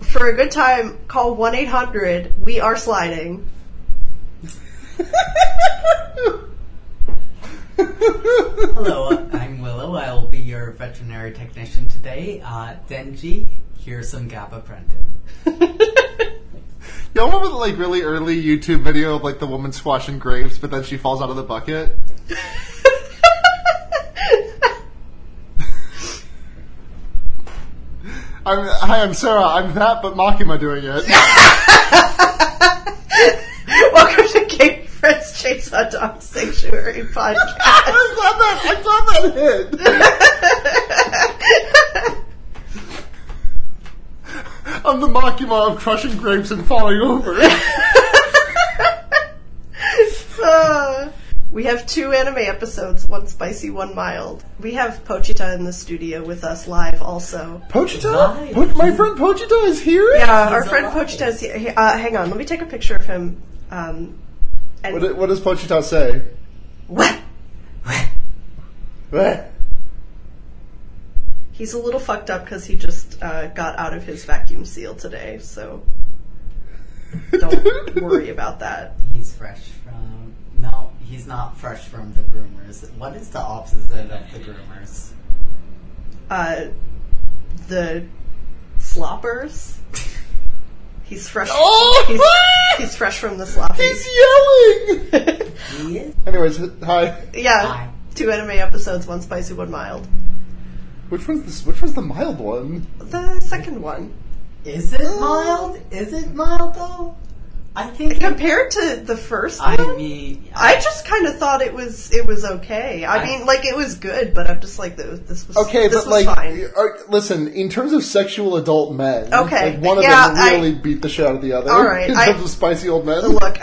for a good time, call 1 800 We Are Sliding. Hello, I'm Willow. I'll be your veterinary technician today. Uh, Denji, here's some gabapentin. Y'all remember the like really early YouTube video of like the woman squashing grapes, but then she falls out of the bucket. I'm hi, I'm Sarah. I'm that, but Makima doing it. Welcome to Game Friends Chainsaw Dog Sanctuary podcast. I'm glad that I'm glad that hit. I'm the Makima of crushing grapes and falling over. Uh, we have two anime episodes, one spicy, one mild. We have Pochita in the studio with us live also. Pochita, Why? Po- my friend Pochita is here. Yeah, our friend alive. Pochita is here. He- Uh, hang on, let me take a picture of him. Um, and What, do- what does Pochita say? What? Bleh. He's a little fucked up because he just uh, got out of his vacuum seal today, so don't worry about that. He's fresh from. No, he's not fresh from the groomers. What is the opposite of the groomers? Uh, the sloppers. He's fresh. Oh! He's, he's fresh from the sloppies. He's yelling. He is. Anyways, h- hi. yeah, Hi. two anime episodes, one spicy, one mild. Which one's this? Which one's the mild one? The second one, Is it mild? Is it mild though? I think. compared to the first I one, mean, I just kind of thought it was it was okay. I, I- mean, like it was good, but I'm just like th- this was Okay, This but was like, fine. are- listen. In terms of sexual adult men, Okay, like one of yeah, them I- really beat the shit out of the other. All right, in I- terms of spicy old men. Look,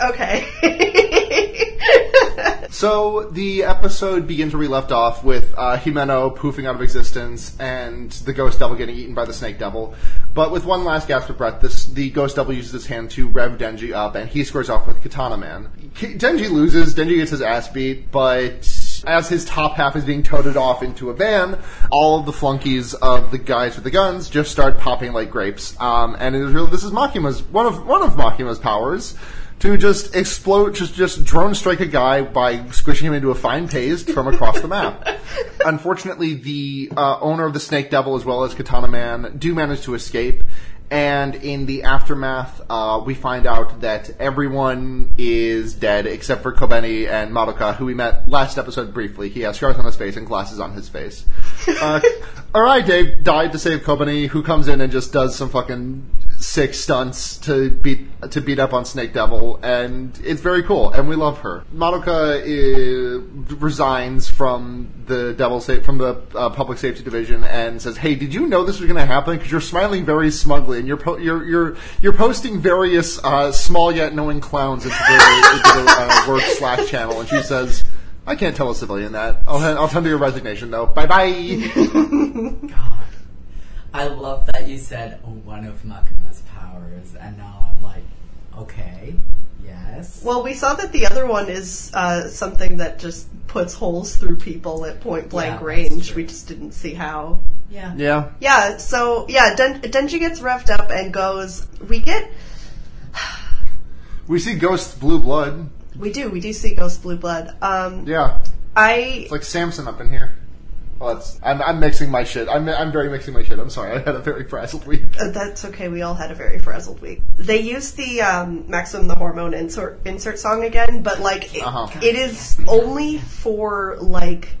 okay. So the episode begins where we left off with uh, Himeno poofing out of existence and the ghost devil getting eaten by the snake devil. But with one last gasp of breath, this, the ghost devil uses his hand to rev Denji up, and he squares off with Katana Man. K- Denji loses. Denji gets his ass beat, but. As his top half is being toted off into a van, all of the flunkies of the guys with the guns just start popping like grapes. Um, and it is really this is Makima's one of one of Makima's powers to just explode, just just drone strike a guy by squishing him into a fine paste from across the map. Unfortunately, the uh, owner of the Snake Devil as well as Katana Man do manage to escape. And in the aftermath, uh, we find out that everyone is dead except for Kobeni and Madoka, who we met last episode briefly. He has scars on his face and glasses on his face. Uh, Arai Dave died to save Kobeni, who comes in and just does some fucking six stunts to beat to beat up on Snake Devil, and it's very cool, and we love her. Madoka uh, resigns from the Devil Sa- from the uh, Public Safety Division and says, "Hey, did you know this was going to happen? Because you're smiling very smugly, and you're po- you're you're you're posting various uh, small yet knowing clowns into the, into the uh, work Slack channel." And she says. I can't tell a civilian that. I'll, I'll tender your resignation, though. Bye bye. God, I love that you said oh, one of Makima's powers, and now I'm like, okay, yes. well, we saw that the other one is uh, something that just puts holes through people at point blank that's range. true. We just didn't see how. Yeah. yeah. Yeah, so yeah, Den- Denji gets revved up and goes. We get We see Ghost Blue Blood. we do we do see Ghost Blue Blood. Um, Yeah. I It's like Samson up in here. Well, that's, I'm, I'm mixing my shit. I'm, I'm very mixing my shit. I'm sorry. I had a very frazzled week. Uh, that's okay. We all had a very frazzled week. They used the um, Maximum the Hormone insert insert song again, but like it, Uh-huh. it is only for like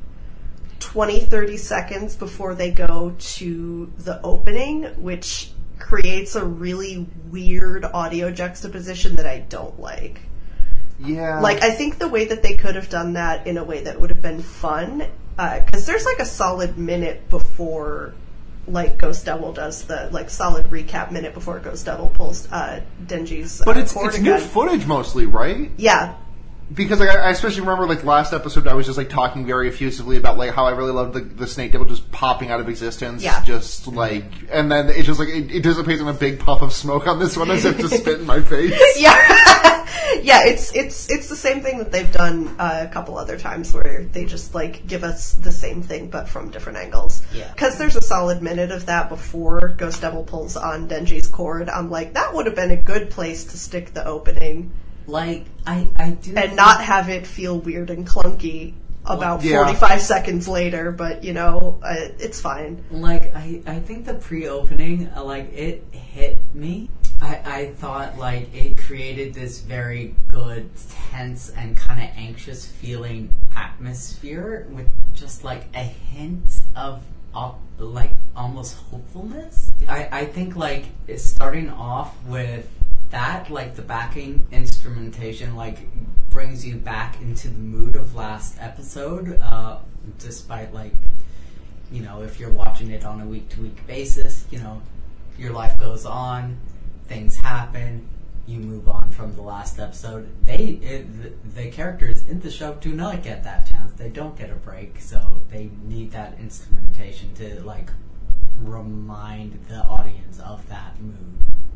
20, 30 seconds before they go to the opening, which creates a really weird audio juxtaposition that I don't like. Yeah. Like I think the way that they could have done that in a way that would have been fun, because there's like a solid minute before, like Ghost Devil does the like solid recap minute before Ghost Devil pulls uh, Denji's. but uh, it's, cord it's new again. footage mostly, right? yeah, Because like, I, I especially remember like last episode, I was just like talking very effusively about like how I really loved the, the snake devil just popping out of existence, Yeah. just like, and then it just like it, it dissipates in a big puff of smoke on this one as if to spit in my face. yeah, yeah, it's it's it's the same thing that they've done uh, a couple other times where they just like give us the same thing but from different angles. Yeah. Because there's a solid minute of that before Ghost Devil pulls on Denji's cord. I'm like, that would have been a good place to stick the opening Like I, I do and not have it feel weird and clunky about Yeah. 45 seconds later. But you know, uh, it's fine. like I, I think the pre-opening uh, like it hit me I, I thought like it created this very good tense and kind of anxious feeling atmosphere with just like a hint of op- like almost hopefulness I, I think like it's starting off with that like the backing instrumentation like brings you back into the mood of last episode uh, despite like you know, if you're watching it on a week to week basis, you know, your life goes on, things happen, you move on from the last episode. They, it, the characters in the show do not get that chance. They don't get a break, so they need that instrumentation to, like, remind the audience of that mood.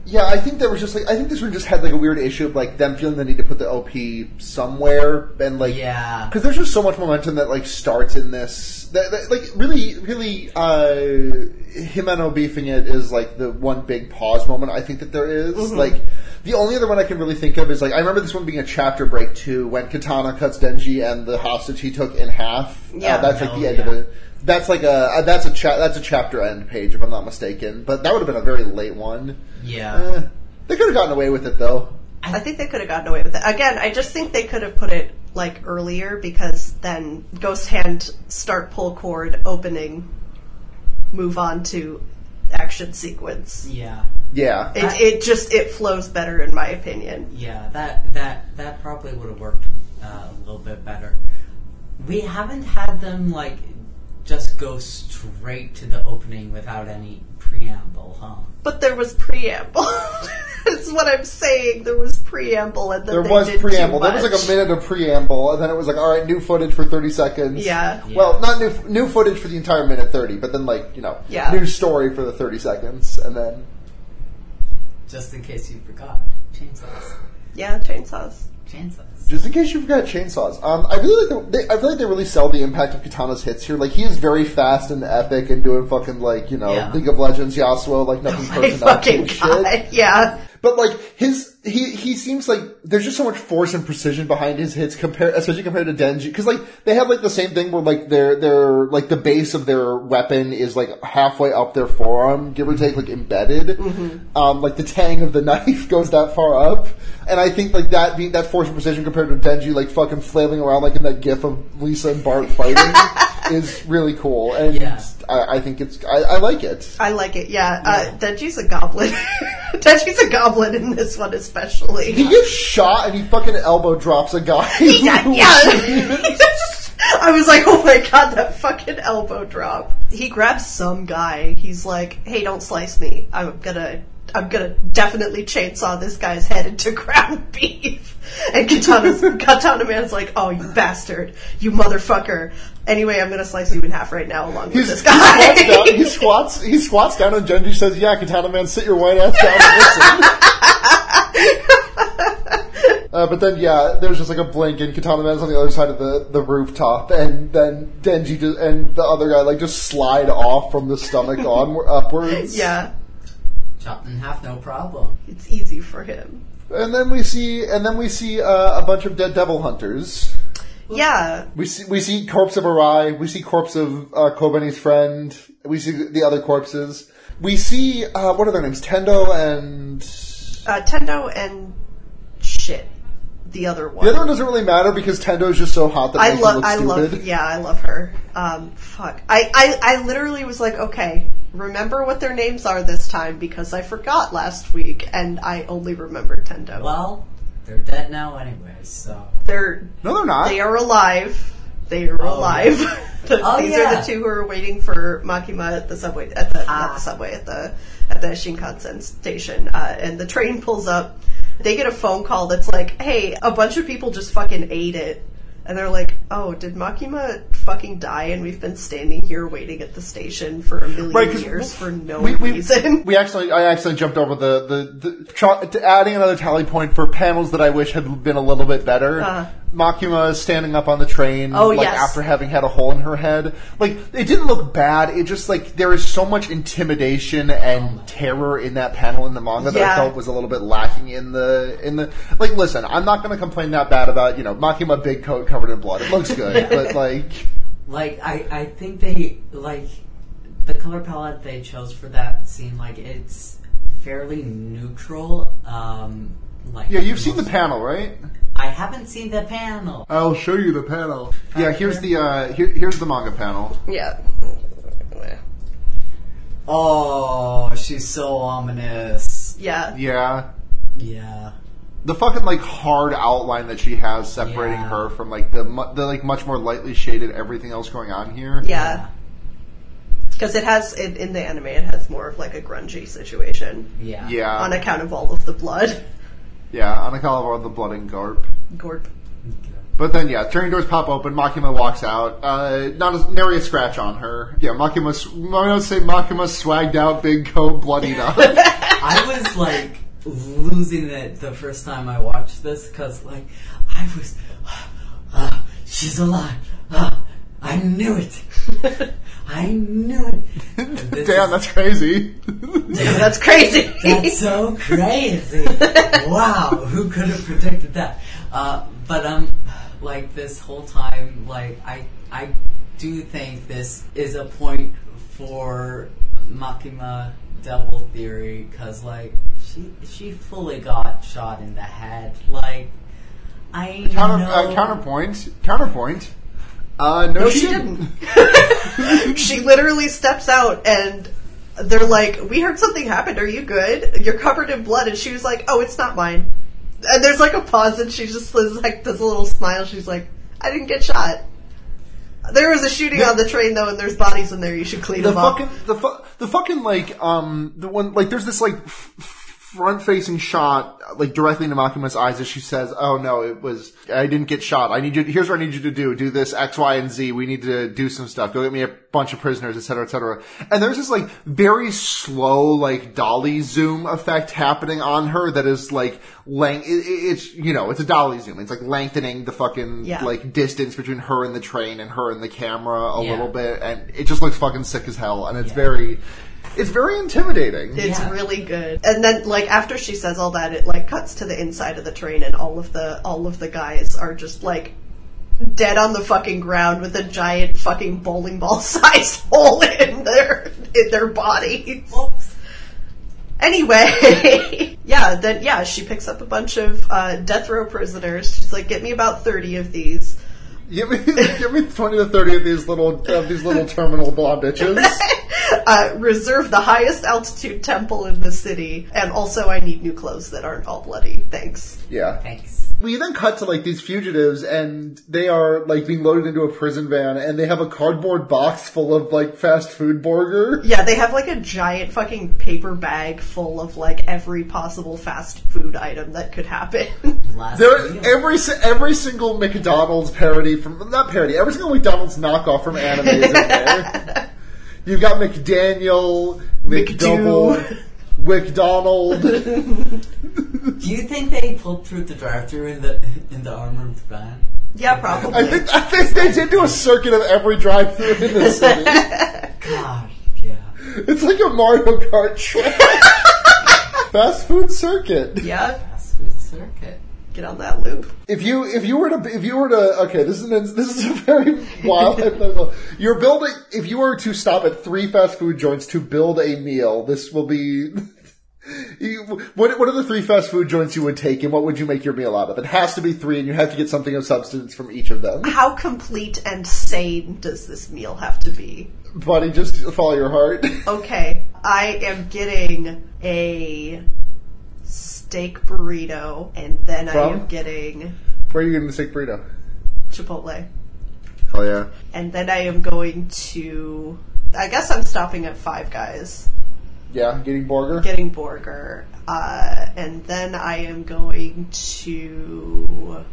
Yeah, I think that was just like I think this one just had like a weird issue of like them feeling the need to put the OP somewhere and like Yeah. because there's just so much momentum that like starts in this that, that- like really really uh Himeno beefing it is like the one big pause moment I think that there is. like the only other one I can really think of is like I remember this one being a chapter break too when Katana cuts Denji and the hostage he took in half Uh, Yeah. that's like Oh, the end yeah. of it that's like a uh, that's a cha- that's a chapter end page if I'm not mistaken but that would have been a very late one Yeah. Eh, they could have gotten away with it though. I think they could have gotten away with it. Again, I just think they could have put it like earlier because then Ghost Hand start pull cord opening, move on to action sequence. yeah. Yeah. It, it just it flows better in my opinion. Yeah, that that that probably would have worked uh, a little bit better. We haven't had them like just go straight to the opening without any preamble, huh? But there was preamble. That's what I'm saying. There was preamble, and then there they was did too preamble. There was like a much. minute of preamble, and then it was like, all right, new footage for thirty seconds. Yeah. Yeah. Well, not new new footage for the entire minute thirty, but then like you know, Yeah. new story for the thirty seconds, and then Just in case you forgot. Chainsaws. Yeah, chainsaws. Chainsaws. just in case you forgot chainsaws. Um, I really like the, they, I feel like they really sell the impact of Katana's hits here. Like he is very fast and epic and doing fucking like you know Yeah. League of Legends Yasuo like nothing's Oh My personal fucking god. shit. Yeah. But like his, he he seems like there's just so much force and precision behind his hits, compared especially compared to Denji, because like they have like the same thing where like their their like the base of their weapon is like halfway up their forearm, give or take, like embedded. Um, like the tang of the knife goes that far up, and I think like that being that force and precision compared to Denji, like fucking flailing around like in that gif of Lisa and Bart fighting, is really cool, and Yeah. I, I think it's I, I like it. I like it. Yeah, uh, Denji's a goblin. Denji's a goblin in this one, especially. He gets shot and he fucking elbow drops a guy. yeah, yeah. I was like, oh my god, that fucking elbow drop. He grabs some guy. He's like, hey, don't slice me. I'm gonna. I'm gonna definitely chainsaw this guy's head into ground beef. And Katana's, Katana Man's like, oh, you bastard. You motherfucker. Anyway, I'm gonna slice you in half right now along with He's- this he, guy. squats down, he squats. He squats down, and Genji says, "Yeah, Katana man, sit your white ass down and listen." Uh, but then, yeah, there's just like a blink, and Katana Man's on the other side of the, the rooftop, and then Denji just, and the other guy like just slide off from the stomach onward upwards. yeah, Chopped in half, no problem. it's easy for him. And then we see, and then we see uh, a bunch of dead devil hunters. Yeah, We see, we see corpse of Arai. We see corpse of uh, Kobani's friend. We see the other corpses. We see uh, what are their names? Tendo and uh, Tendo and shit, the other one. the other one doesn't really matter because Tendo is just so hot that it I makes him love, look I stupid. love, yeah, I love her. Um, fuck, I, I, I literally was like, okay, remember what their names are this time because I forgot last week and I only remembered Tendo. Well, they're dead now anyway, so they're No, they're not. they are alive. They Oh, are alive. The- Oh, These are yeah. the two who are waiting for Makima at the subway at the, not Ah. the subway at the at the Shinkansen station, uh, and the train pulls up. They get a phone call that's like, "Hey, a bunch of people just fucking ate it," and they're like, oh, did Makima fucking die and we've been standing here waiting at the station for a million Right, 'cause years for no we, we, reason? we actually, I actually jumped over the the, the tro- to adding another tally point for panels that I wish had been a little bit better. Uh-huh. Makima standing up on the train, Oh, like yes. after having had a hole in her head. Like it didn't look bad. It just like there is so much intimidation and terror in that panel in the manga that I Yeah. felt was a little bit lacking in the in the like. Listen, I'm not going to complain that bad about you know Makima big coat covered in blood. It looks good, but like. Like I, I think they like the color palette they chose for that scene. Like it's fairly neutral. Um, like Yeah, you've seen the most- panel, right? I haven't seen the panel. I'll show you the panel. Yeah, here's the uh, here, here's the manga panel. yeah. Oh, she's so ominous. Yeah. Yeah, Yeah. the fucking like hard outline that she has separating Yeah. her from like the mu- the like much more lightly shaded everything else going on here. Yeah. Because it has, in, in the anime, it has more of like a grungy situation Yeah. yeah, on account of all of the blood. yeah, on account of all the blood and garp. Gorp. But then, yeah, turning doors pop open. Makima walks out. Uh, not as, nary a scratch on her. Yeah, Makima. s- I would say Makima swagged out, big coat, bloodied up. I was like losing it the first time I watched this because like I was, ah, she's alive. Ah, I knew it. I knew it. And this Damn, is- that's crazy. That's crazy. That's so crazy! wow, who could have predicted that? Uh, but um, like this whole time, like I, I do think this is a point for Makima Devil Theory because like she she fully got shot in the head. Like I Counter, know uh, counterpoint. Counterpoint. Uh, no, No, she didn't. she literally steps out and they're like, We heard something happened. Are you good? You're covered in blood. And she was like, Oh, it's not mine. And there's like a pause and she just is like, does a little smile. She's like, I didn't get shot. There was a shooting on the train though, and there's bodies in there. You should clean the them up. fucking the fu- the fucking like um the one like there's this like f- front facing shot like directly into Makima's eyes as she says, "Oh no, it was I didn't get shot. I need you. Here's what I need you to do: do this X, Y, and Z. We need to do some stuff. Go get me a bunch of prisoners, etc., etc." And there's this like very slow like dolly zoom effect happening on her that is like lang. It, it- it's you know it's a dolly zoom. It's like lengthening the fucking Yeah. like distance between her and the train and her and the camera a Yeah. little bit, and it just looks fucking sick as hell, and it's Yeah. very, it's very intimidating. It's Yeah. really good. And then like after she says all that, it like cuts to the inside of the train and all of the all of the guys are just like dead on the fucking ground with a giant fucking bowling ball sized hole in their in their bodies. Oops. Anyway, yeah, then yeah, she picks up a bunch of uh, death row prisoners. She's like, "Get me about thirty of these." give me, give me twenty to thirty of these little of these little terminal blob bitches. Uh, reserve the highest altitude temple in the city, and also I need new clothes that aren't all bloody. Thanks. Yeah. Thanks. We then cut to like these fugitives, and they are like being loaded into a prison van, and they have a cardboard box full of like fast food burger. Yeah, they have like a giant fucking paper bag full of like every possible fast food item that could happen. Last There, meal. every si- every single McDonald's parody from not parody, every single McDonald's knockoff from anime is in there. You've got McDaniel, McDouble, McDonald. Do you think they pulled through the drive-through in the in the armored van? yeah, probably. I think I think they did do a circuit of every drive-through in the city. God, yeah. It's like a Mario Kart track. Fast food circuit. yeah, Fast food circuit. get on that loop. If you if you were to if you were to okay, this is an, this is a very wild hypothetical. You're building if you were to stop at three fast food joints to build a meal, this will be. You, what what are the three fast food joints you would take, and what would you make your meal out of? It has to be three, and you have to get something of substance from each of them. How complete and sane does this meal have to be? Buddy, just follow your heart. Okay, I am getting a steak burrito, and then I From? am getting Where are you going to take burrito? Chipotle, Oh yeah, and then I am going to. I guess I'm stopping at Five Guys. yeah, getting burger. getting Borger, uh, and then I am going to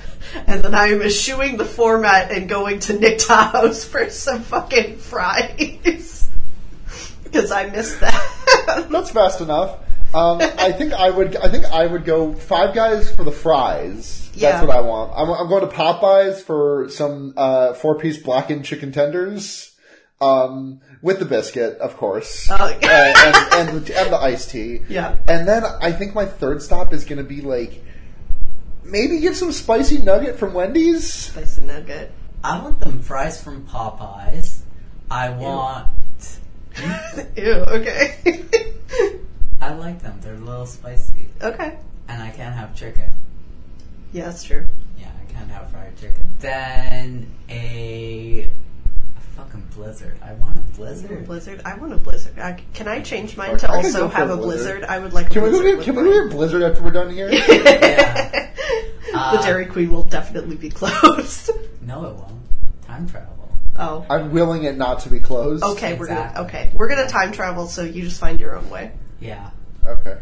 and then I'm eschewing the format and going to Nick Tahoe's for some fucking fries because I missed that. That's fast enough. Um, I think I would. I think I would go Five Guys for the fries. Yeah. That's what I want. I'm, I'm going to Popeyes for some uh, four-piece blackened chicken tenders um, with the biscuit, of course, Oh. uh, and, and, the, and the iced tea. Yeah. And then I think my third stop is going to be like maybe get some spicy nugget from Wendy's. Spicy nugget. I want them fries from Popeyes. I want. Ew. Okay. I like them. They're a little spicy, okay. and I can't have chicken. Yeah, that's true. Yeah, I can't have fried chicken. Then a, a fucking blizzard. I want a blizzard. Blizzard. I want a blizzard. I, can I change mine Okay, to I could also go for have a a blizzard. blizzard? I would like. Can a we go blizzard get, with can we mine. go get Blizzard after we're done here? Yeah. the Uh, Dairy Queen will definitely be closed. No, it won't. Time travel. oh. I'm willing it not to be closed. Okay, we're Exactly. gonna okay. We're gonna time travel, so you just find your own way. Yeah. Okay.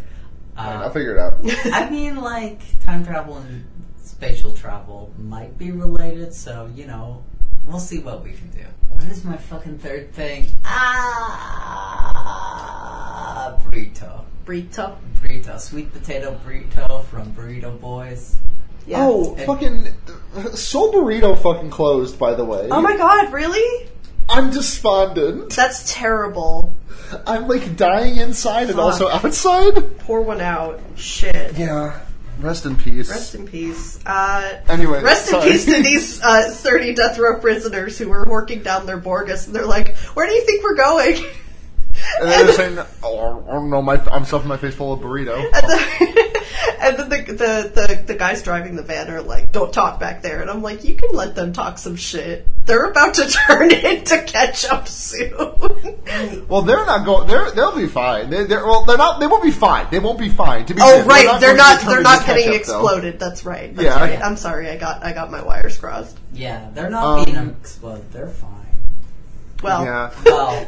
I'll Uh, figure it out. I mean, like time travel and spatial travel might be related, so you know, we'll see what we can do. What is my fucking third thing? Ah, burrito, Burrito. burrito, sweet potato burrito from Burrito Boys. Yeah. Oh, And- fucking Soul Burrito fucking closed, by the way. Oh my god, really? I'm despondent. That's terrible. I'm like dying inside and Fuck. also outside. Pour one out. Shit. Yeah. Rest in peace. Rest in peace. Uh, Anyway, rest sorry. in peace to these uh, 30 death row prisoners who were working down their Borgas, and they're like, where do you think we're going? and then they're saying, oh, I don't know, my, I'm stuffing my face full of burrito. And then, and then the, the, the, the guys driving the van are like, don't talk back there. And I'm like, you can let them talk some shit. They're about to turn into ketchup soon. Well, they're not going. They're, they'll be fine. They, they're well. They're not. They won't be fine. They won't be fine. To be Oh fair, right, they're going to not turn they're into not getting ketchup, though. exploded. That's right. That's Yeah. right. I'm sorry, I got I got my wires crossed. Yeah, they're not being Um, exploded. They're fine. Well, Yeah. Well,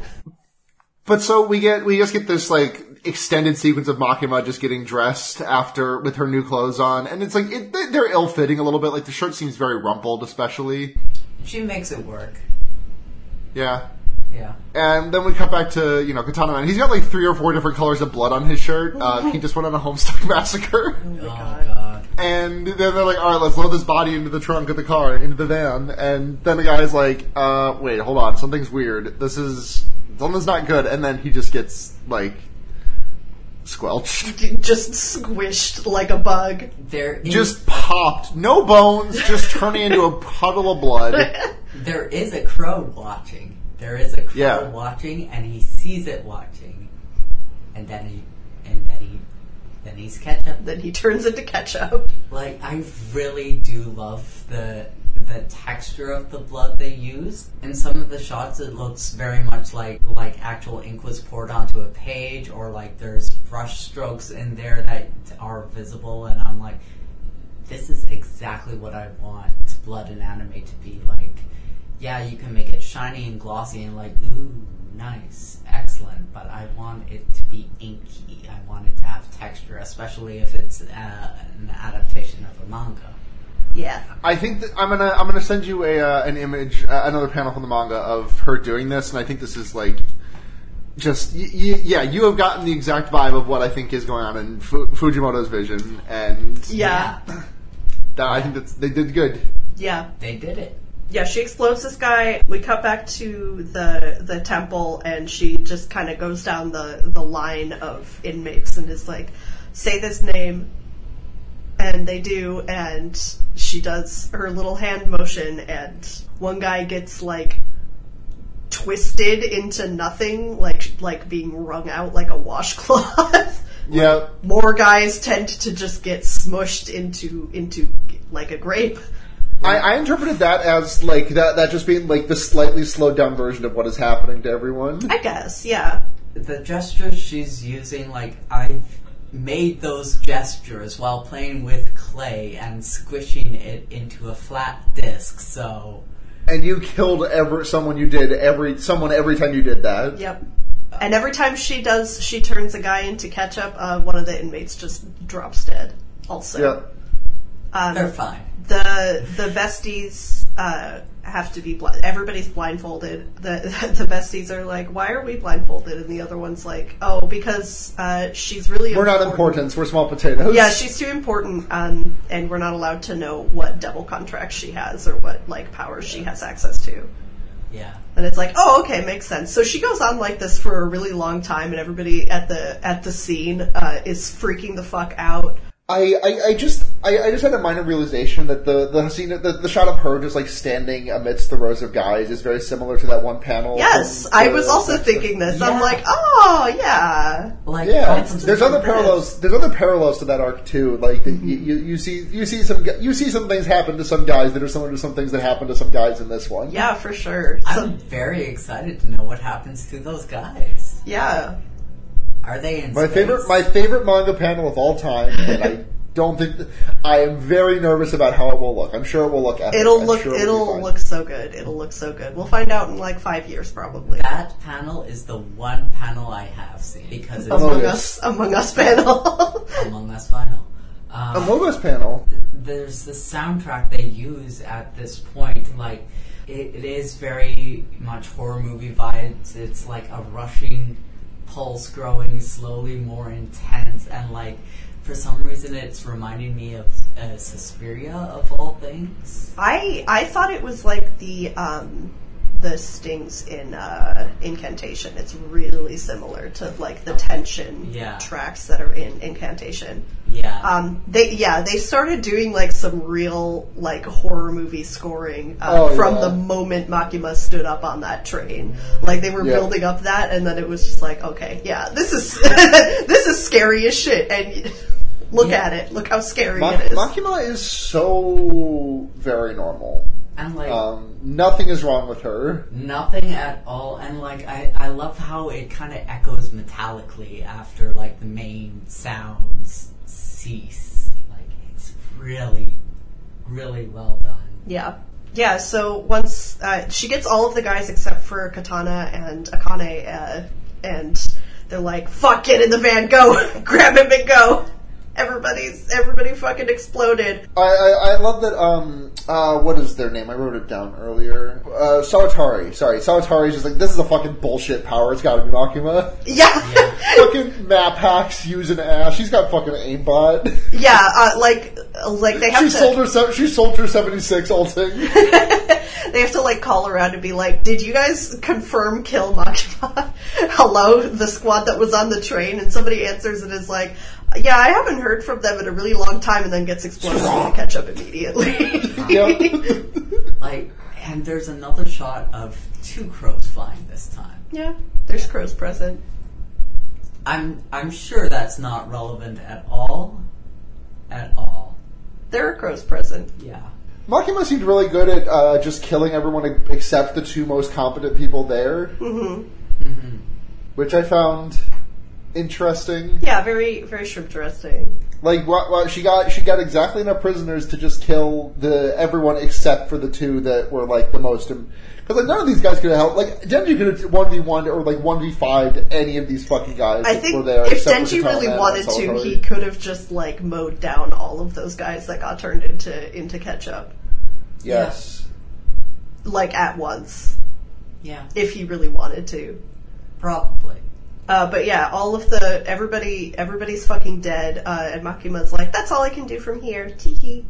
But so we get we just get this like extended sequence of Makima just getting dressed after with her new clothes on, and it's like it, they- they're ill fitting a little bit. Like the shirt seems very rumpled, especially. she makes it work. Yeah. Yeah. And then we cut back to you know Katana Man. He's got like three or four different colors of blood on his shirt. Uh, he just went on a Homestuck massacre. Oh, God. God. And then they're like, all right, let's load this body into the trunk of the car, into the van. And then the guy's like, uh, wait, hold on, something's weird. This is something's not good. And then he just gets like squelched. just squished like a bug. There is, just popped. No bones, just turning into a puddle of blood. there is a crow watching. There is a crow Yeah. watching, and he sees it watching, and then he, and then he, then he's ketchup. Then he turns into ketchup. Like I really do love the the texture of the blood they used. In some of the shots, it looks very much like like actual ink was poured onto a page, or like there's brush strokes in there that are visible. And I'm like, this is exactly what I want blood and anime to be like. Yeah, you can make it shiny and glossy and like ooh. Nice, excellent, but I want it to be inky. I want it to have texture, especially if it's uh, an adaptation of a manga. Yeah. I think that I'm gonna I'm gonna send you a uh, an image, uh, another panel from the manga of her doing this, and I think this is like just y- y- yeah, you have gotten the exact vibe of what I think is going on in Fu- Fujimoto's vision, and Yeah. that, I think that's they did good. Yeah. They did it. Yeah, she explodes this guy. We cut back to the the temple and she just kind of goes down the the line of inmates and is like, "Say this name." And they do and she does her little hand motion and one guy gets like twisted into nothing like like being wrung out like a washcloth. Yeah, More guys tend to just get smushed into into like a grape. I, I interpreted that as like that that just being like the slightly slowed down version of what is happening to everyone. I guess, yeah. the gestures she's using, like I made those gestures while playing with clay and squishing it into a flat disc. So And you killed ever someone you did every someone every time you did that. Yep. And every time she does, she turns a guy into ketchup. Uh, one of the inmates just drops dead. Also, Yeah. Um, They're fine. the the besties uh, have to be blind. Everybody's blindfolded. The the besties are like, "Why are we blindfolded?" And the other one's like, "Oh, because uh, she's really We're not important. We're small potatoes. Yeah, she's too important, um, and we're not allowed to know what devil contract she has or what like powers she has access to." Yeah. And it's like, oh, okay, makes sense. So she goes on like this for a really long time, and everybody at the at the scene uh, is freaking the fuck out. I, I, I just I, I just had a minor realization that the the scene the, the shot of her just like standing amidst the rows of guys is very similar to that one panel. Yes, from I the- was also thinking this. I'm Yeah. like, oh yeah, Like Yeah, that's- there's other parallels. There's other parallels to that arc too. Like the, Mm-hmm. you, you, you see you see some gu- you see some things happen to some guys that are similar to some things that happen to some guys in this one. yeah, for sure. So, I'm very excited to know what happens to those guys. yeah, Are they in My space? favorite my favorite manga panel of all time, and I don't think I am very nervous about how it will look. I'm sure it will look. Epic. it'll I'm look sure it will be it'll fine. look so good. It'll look so good. We'll find out in like five years probably. that panel is the one panel I have seen because it's Among Among Us. us, among us panel. Among Us final. Um, a Logos panel. there's the soundtrack they use at this point. Like, it, it is very much horror movie vibes. It's like a rushing pulse growing slowly more intense, and like, for some reason, it's reminding me of uh, Suspiria of all things. I I thought it was like the um the stings in uh incantation. It's really similar to like the tension Yeah. tracks that are in incantation. Yeah. Um they yeah, they started doing like some real like horror movie scoring uh, Oh, from yeah. the moment Makima stood up on that train. Like they were Yeah. building up that and then it was just like, okay, yeah, this is this is scary as shit and look Yeah. at it. Look how scary Ma- it is. Makima is so very normal. and like, Um, nothing is wrong with her. Nothing at all, and like I, I love how it kind of echoes metallically after like the main sounds cease. Like it's really, really well done. Yeah. Yeah, so once uh, she gets all of the guys except for Katana and Akane, uh, and they're like, fuck, get in the van, go! Grab him and go! Everybody's, everybody fucking exploded. I, I, I love that. Um, uh, what is their name? I wrote it down earlier. Uh, Sawatari. Sorry, Sawatari is just like this is a fucking bullshit power. It's got to be Makima. Yeah! Yeah, fucking map hacks using ass. She's got fucking aimbot. uh, like, like they have she to, sold her. se- She sold her seventy six ulting. they have to like call around and be like, did you guys confirm kill Makima? Hello, the squad that was on the train? And somebody answers and is like, yeah, I haven't heard from them in a really long time and then gets exploded and they catch up immediately. Yep. Like, and there's another shot of two crows flying this time. Yeah, there's crows present. I'm, I'm sure that's not relevant at all, at all. There are crows present. Yeah. Makima seemed really good at uh, just killing everyone except the two most competent people there, Mm-hmm. which I found interesting. Yeah, very very shrimp dressing. Like, what, what, she got she got exactly enough prisoners to just kill the everyone except for the two that were like the most. Because like none of these guys could have helped. Like Denji could have one v one or like one v five any of these fucking guys. I that think were there if except for Denji Katana really and wanted to, Solitary. he could have just like mowed down all of those guys that got turned into into ketchup yes. like at once Yeah. if he really wanted to. Probably. Uh, but yeah, all of the everybody everybody's fucking dead, uh, and Makima's like, "That's all I can do from here." Tiki.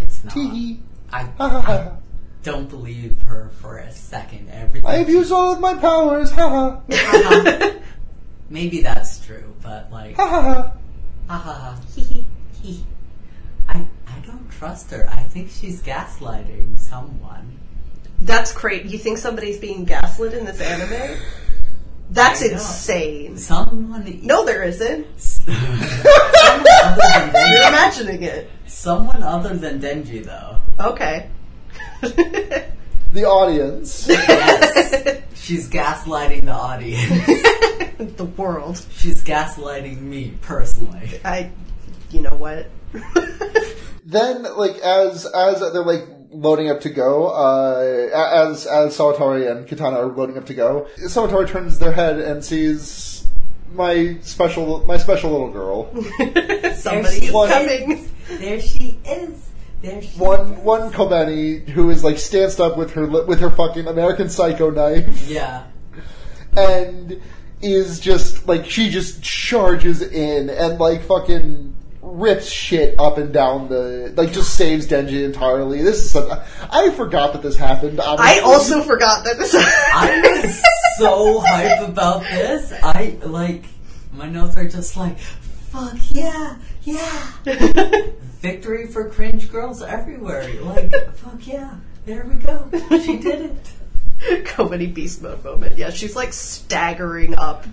It's not. Teehee. I, I don't believe her for a second. Everything. I have used all of my powers. Ha ha. Ha Um, Maybe that's true, but like, ha ha ha. ha he he he. I I don't trust her. I think she's gaslighting someone. That's great. You think somebody's being gaslit in this anime? That's I know. insane. Someone. e- No, there isn't. someone, other than You're Denji, imagining it. someone other than Denji, though. Okay. The audience. Yes. she's gaslighting the audience. the world. She's gaslighting me personally. I, you know what? then like as as they're like loading up to go uh a- as as Sawatori and Katana are loading up to go Sawatori turns their head and sees my special my special little girl somebody is Well, coming. There she is. There she One one Kobani who is like stanced up with her li- with her fucking American Psycho knife Yeah. and is just like she just charges in and like fucking rips shit up and down the like just saves Denji entirely. This is something I forgot that this happened. I honestly. also forgot that this. I was so hype about this. I like my notes are just like, fuck yeah, yeah. Victory for cringe girls everywhere. Like, fuck yeah. There we go. She did it. comedy beast mode moment. Yeah, she's like staggering up.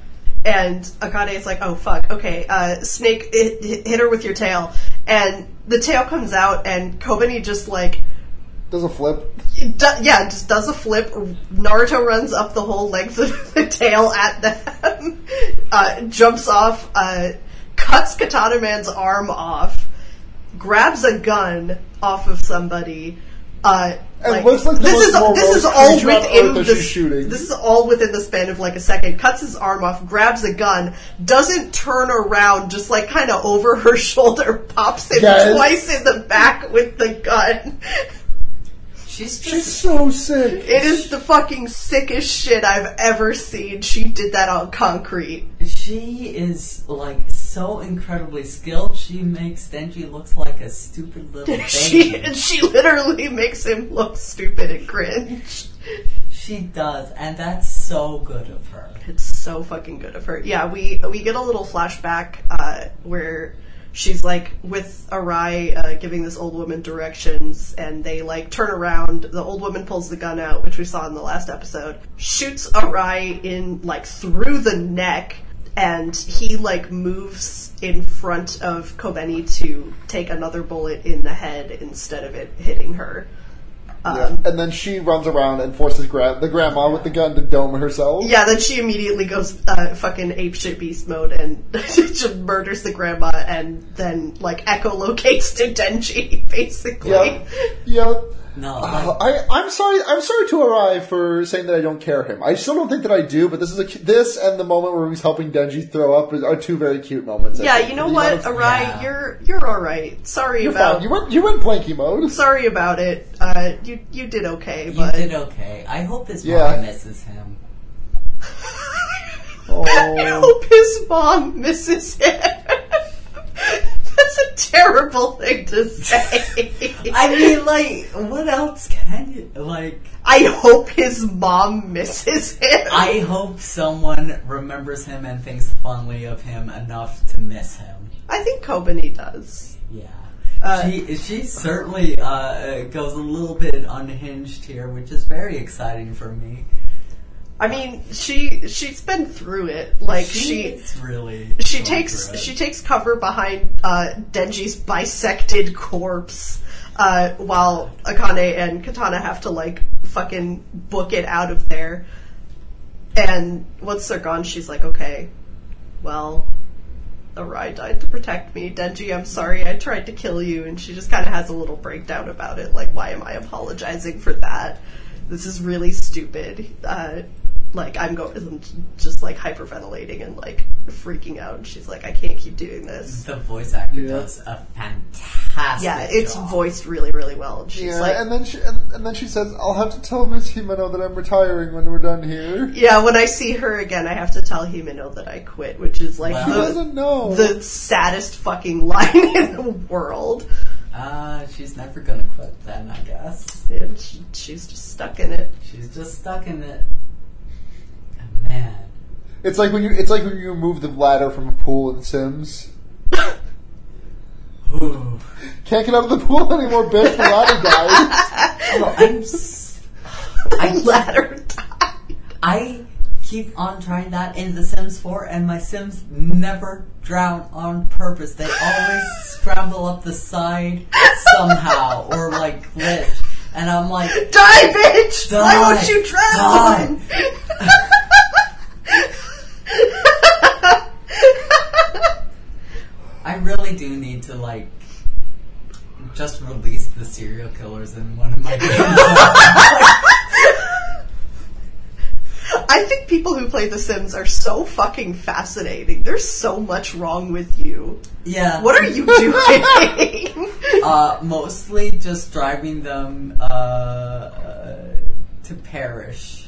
And Akane is like, oh fuck, okay, uh, Snake, hit, hit- hit her with your tail. And the tail comes out, and Kobani just like, does a flip. do, yeah, just does a flip. Naruto runs up the whole length of the tail at them, uh, jumps off, uh, cuts Katana Man's arm off, grabs a gun off of somebody. Uh, And looks like the this most is this is morose all creature on within earth as the she's shooting. this is all within the span of like a second. Cuts his arm off, grabs a gun, doesn't turn around, just like kind of over her shoulder, pops him Yes. twice in the back with the gun. She's just She's so sick. It is the fucking sickest shit I've ever seen. She did that on concrete. She is like so incredibly skilled. She makes Denji looks like a stupid little baby. She she literally makes him look stupid and cringe. She does, and that's so good of her. It's so fucking good of her. Yeah, we we get a little flashback uh, where she's like with Arai uh, giving this old woman directions, and they like turn around. The old woman pulls the gun out, which we saw in the last episode, shoots Arai in like through the neck, and he like moves in front of Kobeni to take another bullet in the head instead of it hitting her. Um, Yeah. And then she runs around and forces gra- the grandma with the gun to dome herself. Yeah, then she immediately goes uh, fucking apeshit beast mode and just murders the grandma and then like echolocates to Denji, basically. Yeah. Yeah. No, Oh, like, Uh, I, I'm sorry. I'm sorry to Arai for saying that I don't care him. I still don't think that I do. But this is a cu- this and the moment where he's helping Denji throw up are two very cute moments. I Yeah, think, you for know the what, amount of- Arai, Yeah. you're you're all right. Sorry You're about fine. You went you went blanky mode. sorry about it. Uh, you you did okay, you but did okay. I hope his Yeah. mom misses him. I Oh, hope his mom misses him. That's a terrible thing to say. I mean, like, what else can you like? I hope his mom misses him. I hope someone remembers him and thinks fondly of him enough to miss him. I think Kobani does. Yeah. Uh, she she certainly uh, goes a little bit unhinged here, which is very exciting for me. I mean, she she's been through it. Like she She's really she going takes through it. she takes cover behind uh, Denji's bisected corpse, uh, while Akane and Katana have to like fucking book it out of there. And once they're gone, she's like, "Okay, well, Arai died to protect me. Denji, I'm sorry, I tried to kill you." And she just kind of has a little breakdown about it, like, "Why am I apologizing for that? This is really stupid." Uh, like I'm going, just like hyperventilating and like freaking out. And she's like, "I can't keep doing this." The voice actor Yeah. does a fantastic Yeah, it's job. voiced really, really well. And she's yeah, like, and then she and, and then she says, "I'll have to tell Miss Himeno that I'm retiring when we're done here." "Yeah, when I see her again, I have to tell Himeno that I quit," which is like Wow. She Uh, doesn't know. the, the saddest fucking line in the world. Ah, she's never gonna quit then, I guess. And she, she's just stuck in it. She's just stuck in it. Oh, man. it's like when you it's like when you remove the ladder from a pool in Sims. Ooh. Can't get out of the pool anymore, bitch. The ladder died. Oh, I'm s- I I- let her die. I keep on trying that in The Sims 4, and my Sims never drown on purpose. They always scramble up the side somehow, or like glitch. And I'm like, Die, bitch! Why Die! won't you drown? I really do need to like just release the serial killers in one of my games. I think people who play The Sims are so fucking fascinating. There's so much wrong with you. Yeah. What are you doing? Uh, mostly just driving them uh, uh, to perish.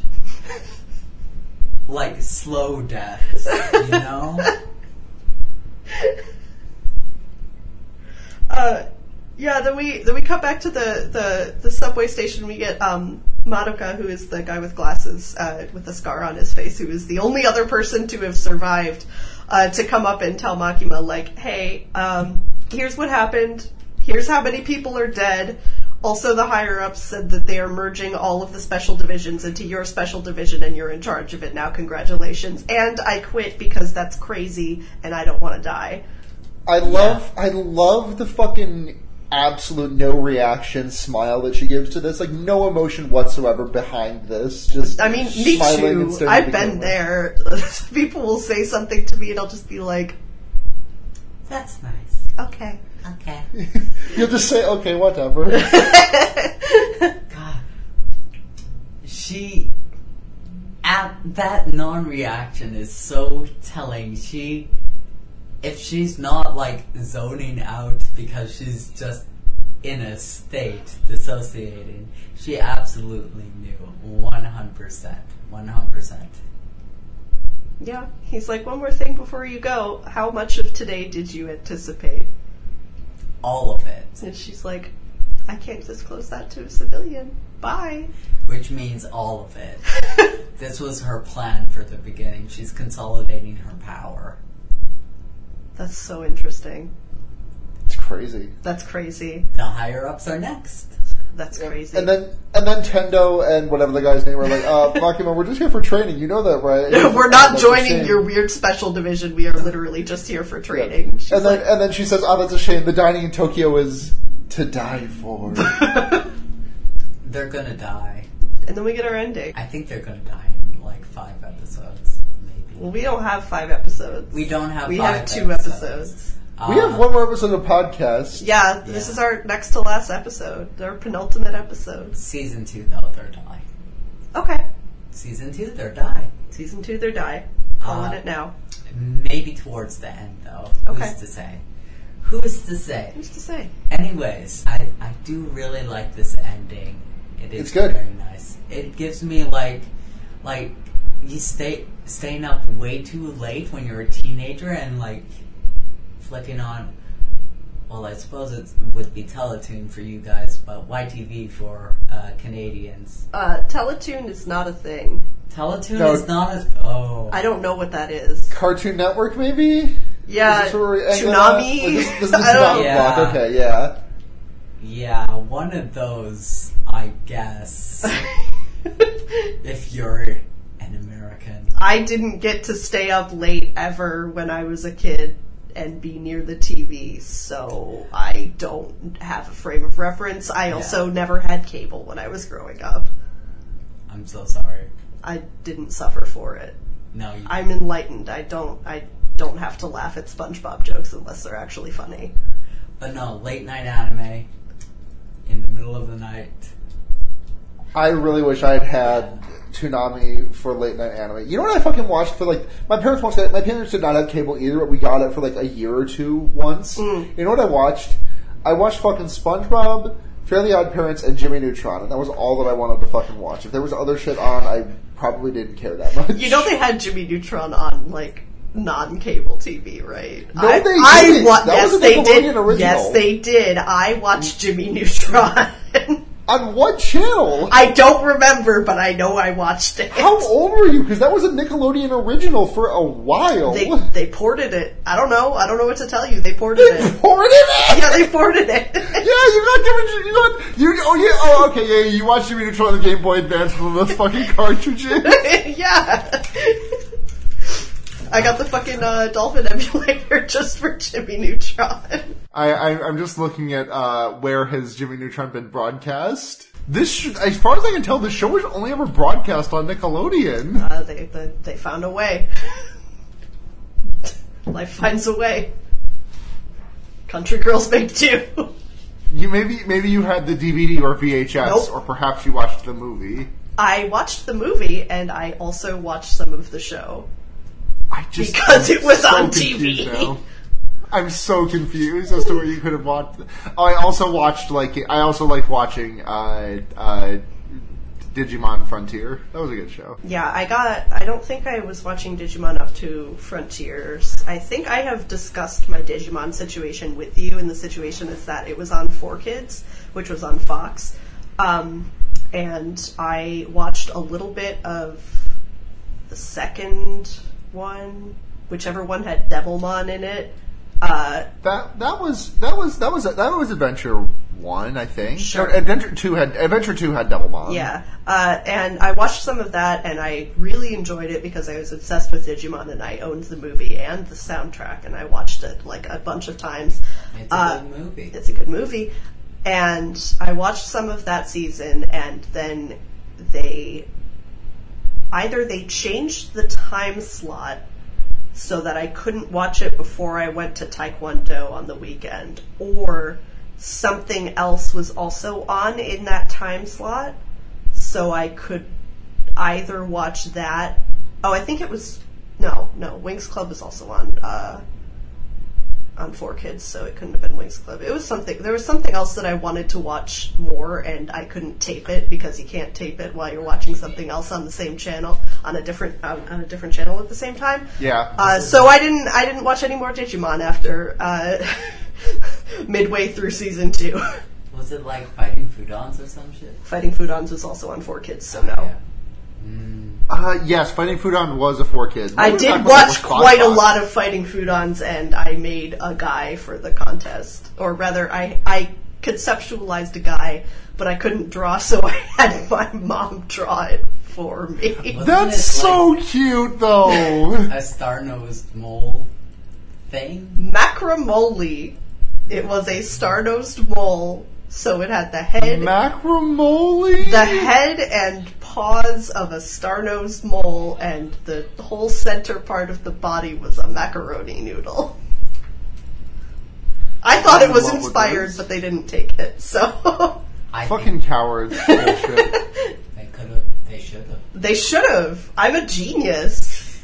like slow deaths, you know? uh, yeah, then we then we cut back to the, the, the subway station. We get um, Madoka, who is the guy with glasses uh, with the scar on his face, who is the only other person to have survived, uh, to come up and tell Makima, like, hey, um, here's what happened. Here's how many people are dead. Also, the higher ups said that they are merging all of the special divisions into your special division and you're in charge of it now. Congratulations. And I quit because that's crazy and I don't want to die. I love I love the fucking absolute no reaction smile that she gives to this. Like no emotion whatsoever behind this. Just I mean, me smiling and too. staring I've at the been camera. there. People will say something to me, and I'll just be like, That's nice. "Okay." Okay. You'll just say, okay, whatever. God. She. At that non reaction is so telling. She. If she's not like zoning out because she's just in a state dissociating, she absolutely knew 100%. 100%. Yeah, he's like, "One more thing before you go. How much of today did you anticipate?" All of it. And she's like, "I can't disclose that to a civilian. Bye." Which means all of it. This was her plan for the beginning. She's consolidating her power. That's so interesting. it's crazy. That's crazy. The higher ups are next. That's crazy. And then and then Tendo and whatever the guy's name were like, uh, Makima, we're just here for training. You know that, right? we're not That's a joining shame. your weird special division. We are literally just here for training. She's And then like, and then she says, "Oh, that's a shame. The dining in Tokyo is to die for." They're gonna die. and then we get our ending. I think they're gonna die in like five episodes, maybe. Well, we don't have five episodes. We don't have. We five have two episodes. Uh, we have one more episode of podcast. Ah. Yeah, this Yeah. is our next to last episode, our penultimate episode. Season two, though, they're die. Okay. Season two, they're die. Season two, they're die. Calling Uh, it now. Maybe towards the end, though. Okay. Who's to say? Who's to say? Who's to say? Anyways, I, I do really like this ending. It is It's good. very nice. It gives me like like you stay staying up way too late when you're a teenager and like flicking on well I suppose it would be Teletoon for you guys, but YTV for uh, Canadians. Uh, Teletoon is not a thing. Teletoon No. is not as oh I don't know what that is. Cartoon Network, maybe. Yeah, Is this where we're angling Tsunami. at? Like, this, this is I Tsunami don't Yeah. block. Okay, yeah. yeah, one of those I guess if you're an American. I didn't get to stay up late ever when I was a kid and be near the TV, so I don't have a frame of reference. I also never had cable when I was growing up. I'm so sorry. I didn't suffer for it. No, you I'm enlightened. I don't I don't have to laugh at SpongeBob jokes unless they're actually funny. But no, late night anime in the middle of the night. I really wish I'd had Toonami for late night anime. You know what I fucking watched for like my parents watched it. My parents did not have cable either, but we got it for like a year or two once. Mm. You know what I watched? I watched fucking SpongeBob, Fairly Odd Parents, and Jimmy Neutron, and that was all that I wanted to fucking watch. If there was other shit on, I probably didn't care that much. You know they had Jimmy Neutron on like non-cable TV, right? No, I, they I didn't. wa- That yes, was a they Nickelodeon did. original. Yes, they did. I watched Jimmy Neutron. on what channel? I don't remember, but I know I watched it. How old were you? Because that was a Nickelodeon original for a while. They they ported it. I don't know. I don't know what to tell you. They ported it. Poured it in! yeah, they ported it. Yeah, you got Jimmy. You got you. Oh yeah. Oh okay. Yeah, you watched Jimmy Neutron on the Game Boy Advance with those fucking cartridges. yeah. I got the fucking uh, dolphin emulator just for Jimmy Neutron. I, I I'm just looking at uh, where has Jimmy Neutron been broadcast. This, sh- as far as I can tell, the show was only ever broadcast on Nickelodeon. Uh, they, they they found a way. Life finds a way. Country girls make two. You maybe maybe you had the DVD or VHS, Nope. or perhaps you watched the movie. I watched the movie and I also watched some of the show. I just Because I'm it was on confused TV. now. I'm so confused as to where you could have watched. Oh, I also watched like I also liked watching uh, uh, Digimon Frontier. That was a good show. Yeah, I got. I don't think I was watching Digimon up to Frontiers. I think I have discussed my Digimon situation with you, and the situation is that it was on Four Kids, which was on Fox, um, and I watched a little bit of the second one, whichever one had Devilmon in it. Uh, That that was that was that was that was Adventure One, I think. Sure. No, Adventure Two had Adventure Two had Double Mom. Yeah, uh, and I watched some of that, and I really enjoyed it because I was obsessed with Digimon, and I owned the movie and the soundtrack, and I watched it like a bunch of times. It's a Uh, good movie. It's a good movie, and I watched some of that season, and then they either they changed the time slot so that I couldn't watch it before I went to Taekwondo on the weekend, or something else was also on in that time slot, so I could either watch that. Oh, I think it was no, no. Wings Club was also on uh, on Four Kids, so it couldn't have been Wings Club. It was something. There was something else that I wanted to watch more, and I couldn't tape it because you can't tape it while you're watching something else on the same channel on a different on, on a different channel at the same time. Yeah. Uh, so I didn't I didn't watch any more Digimon after uh, midway through season two. Was it like fighting Foodons or some shit? Fighting Foodons was also on Four Kids, so no. Yeah. Uh, yes, Fighting Foodon was a four kid. I Maybe did back when it was watch Fox quite a Fox. lot of Fighting Foodons, and I made a guy for the contest, or rather, I I conceptualized a guy, but I couldn't draw, so I had my mom draw it for me. Wasn't That's it, so like, cute, though. a star-nosed mole thing. Macromole. It was a star-nosed mole, so it had the head, Macromole. the head and paws of a star-nosed mole, and the whole center part of the body was a macaroni noodle. I thought it I'm in was love with inspired, those. but they didn't take it, so I Fucking cowards. Bullshit. think they could have. They should have. they should have. I'm a genius.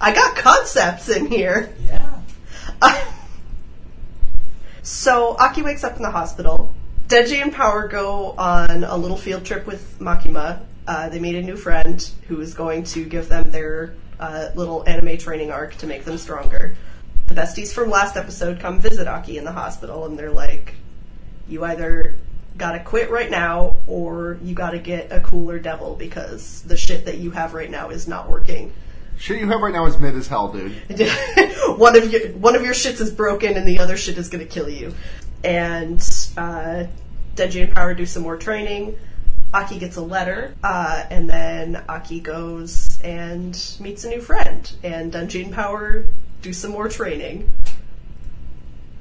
I got concepts in here. Yeah. so Aki wakes up in the hospital. Deji and Power go on a little field trip with Makima. Uh, they meet a new friend who is going to give them their uh, little anime training arc to make them stronger. The besties from last episode come visit Aki in the hospital, and they're like, "You either gotta quit right now, or you gotta get a cooler devil because the shit that you have right now is not working." Shit you have right now is mid as hell, dude. one of your one of your shits is broken and the other shit is going to kill you. And uh, Denji and Power do some more training. Aki gets a letter, uh, and then Aki goes and meets a new friend. And Denji and Power do some more training.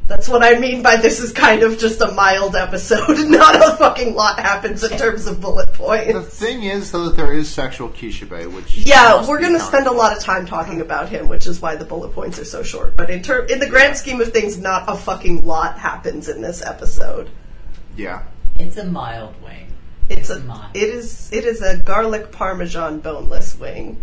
That's what I mean by this is kind of just a mild episode. Not a fucking lot happens in terms of bullet The points. thing is, though, that there is sexual kishibe, which Yeah, must we're be going to counted. spend a lot of time talking about him, which is why the bullet points are so short. But in ter- in the grand scheme of things, not a fucking lot happens in this episode. Yeah, It's a mild wing. It's a mild. it is it is a garlic parmesan boneless wing.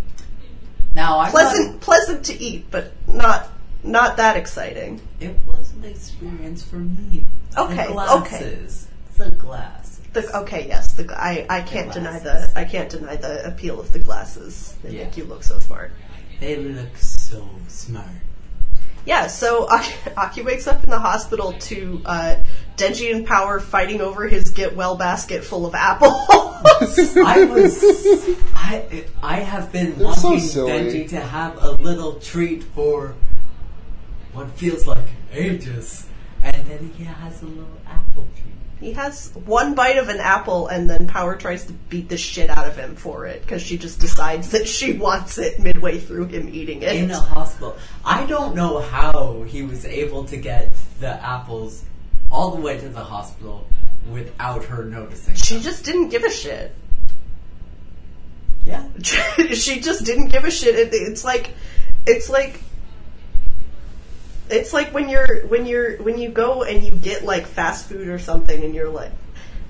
now I Pleasant pleasant to eat, but not not that exciting. Thought it was an experience for me. Okay, The okay. glasses. The glass. The, okay, yes, the, gl- I I can't deny the I can't deny the appeal of the glasses. They Yeah. make you look so smart. They look so smart. Yeah, so Aki, Aki wakes up in the hospital to uh, Denji and Power fighting over his get well basket full of apples. I was. I I have been They're so wanting silly. Benji to have a little treat for what feels like ages, and then he has a little apple treat. he has one bite of an apple, and then Power tries to beat the shit out of him for it because she just decides that she wants it midway through him eating it. in a hospital. I don't know how he was able to get the apples all the way to the hospital without her noticing. she just didn't give a shit. yeah. she just didn't give a shit. It, it's like, it's like, it's like when you're when you're when you go and you get like fast food or something, and you're like,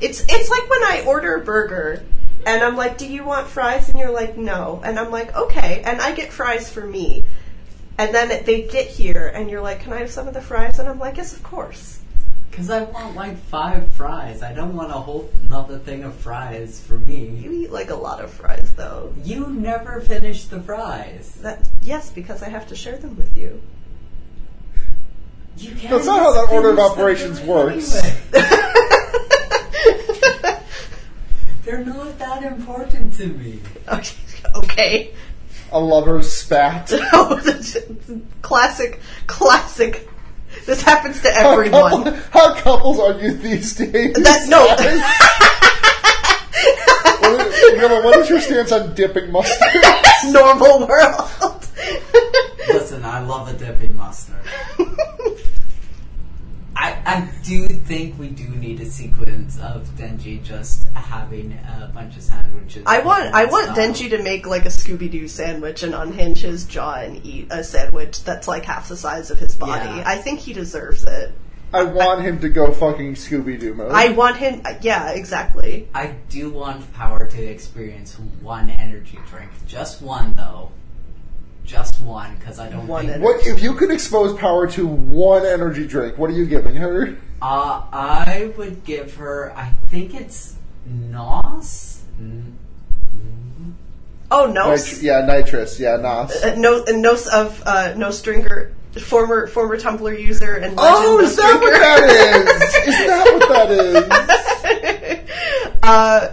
it's it's like when I order a burger And I'm like, "Do you want fries?" And you're like, "No." And I'm like, "Okay." And I get fries for me. And then it- they get here, and you're like, "Can I have some of the fries?" And I'm like, "Yes, of course." Because I want like five fries. I don't want a whole another thing of fries for me. You eat like a lot of fries, though. You never finish the fries. That yes, because I have to share them with you. You can't. That's not how that order of operations works. They're not that important to me. okay. A lover's spat. classic, classic. This happens to How couple- everyone. How couples argue these days? That no. What is- Gemma, what is your stance on dipping mustard? normal world. Listen, I love a dipping mustard. I, I do think we do need a sequence of Denji just having a bunch of sandwiches. I want I want Style. Denji to make like a Scooby Doo sandwich and unhinge his jaw and eat a sandwich that's like half the size of his body. Yeah. I think he deserves it. I want him to go fucking Scooby Doo mode. I want him. Yeah, exactly. I do want power to experience one energy drink, just one though, just one because I don't One think. energy- what if you could expose power to one energy drink? What are you giving her? Uh, I would give her. I think it's Nos. N- Oh no. Nit- yeah, nitrous. Yeah, nos. Uh, no, and Nos of uh, No Stringer, former former Tumblr user and legend Oh, No is that what that is? Is that what that Stringer. is? uh,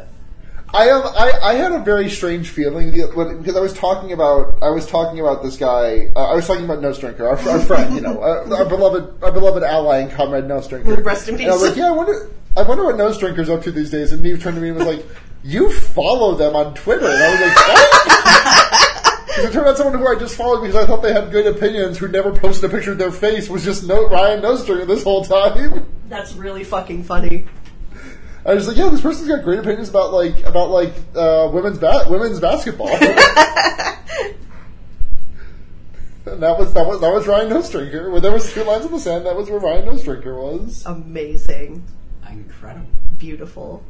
I have I, I had a very strange feeling the- when- because I was talking about I was talking about this guy uh, I was talking about Nose Drinker our, our friend you know our, our beloved our beloved ally and comrade Nose Drinker Rest in And I was peace. like yeah I wonder I wonder what Nose Drinker's up to these days and Neve turned to me and was like you follow them on Twitter and I was like what because it turned out someone who I just followed because I thought they had good opinions who never posted a picture of their face was just no Ryan Nose Drinker this whole time. that's really fucking funny. I was like, yeah, this person's got great opinions about like about like uh, women's ba- women's basketball. and that was that was that was Ryan Nostrinker. Where there was two lines in the sand, that was where Ryan Nostrinker was. Amazing, Incredible. beautiful.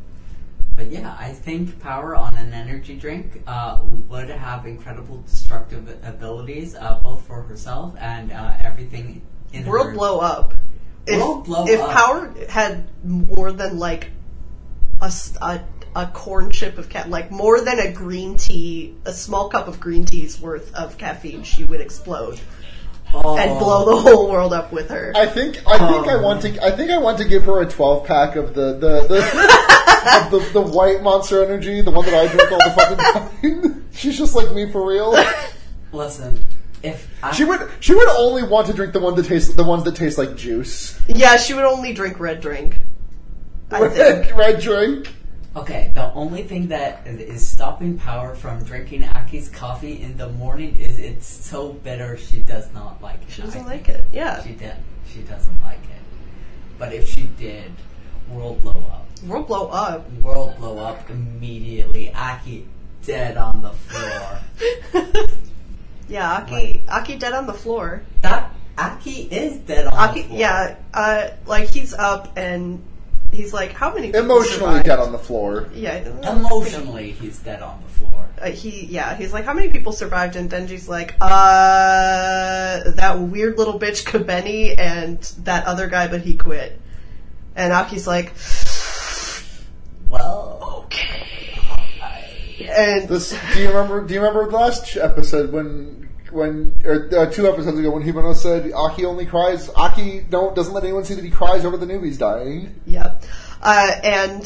But yeah, I think power on an energy drink uh, would have incredible destructive abilities, uh, both for herself and uh, everything in World her. blow up. If, World blow if up. power had more than like a, s- a- a corn chip of cat, like more than a green tea, a small cup of green tea's worth of caffeine, she would explode Oh. and blow the whole world up with her. I think I think I want to I think I want to give her a twelve pack of the the the, of the, the white Monster Energy, the one that I drink all the fucking time. She's just like me for real. Listen, if I, She would she would only want to drink the one that tastes the ones that taste like juice. Yeah, she would only drink red drink. I think. Red, red drink. Okay, the only thing that is stopping Power from drinking Aki's coffee in the morning is it's so bitter she does not like it. She doesn't I like think. it, yeah. She did. She doesn't like it. But if she did, world blow up. We'll blow up. World blow up immediately. Aki dead on the floor. Yeah, Aki Right. Aki dead on the floor. that Aki is dead on Aki the floor. yeah, uh like he's up and he's like how many people emotionally survived? dead on the floor. Yeah. Emotionally, he's dead on the floor. Uh, he yeah, he's like how many people survived and Denji's like uh that weird little bitch Kabeni and that other guy but he quit. And Aki's like Well, okay. And This, do you remember? Do you remember the last ch- episode when when or uh, two episodes ago when Himeno said Aki only cries. Aki no doesn't let anyone see that he cries over the newbies dying. Yeah. Uh, and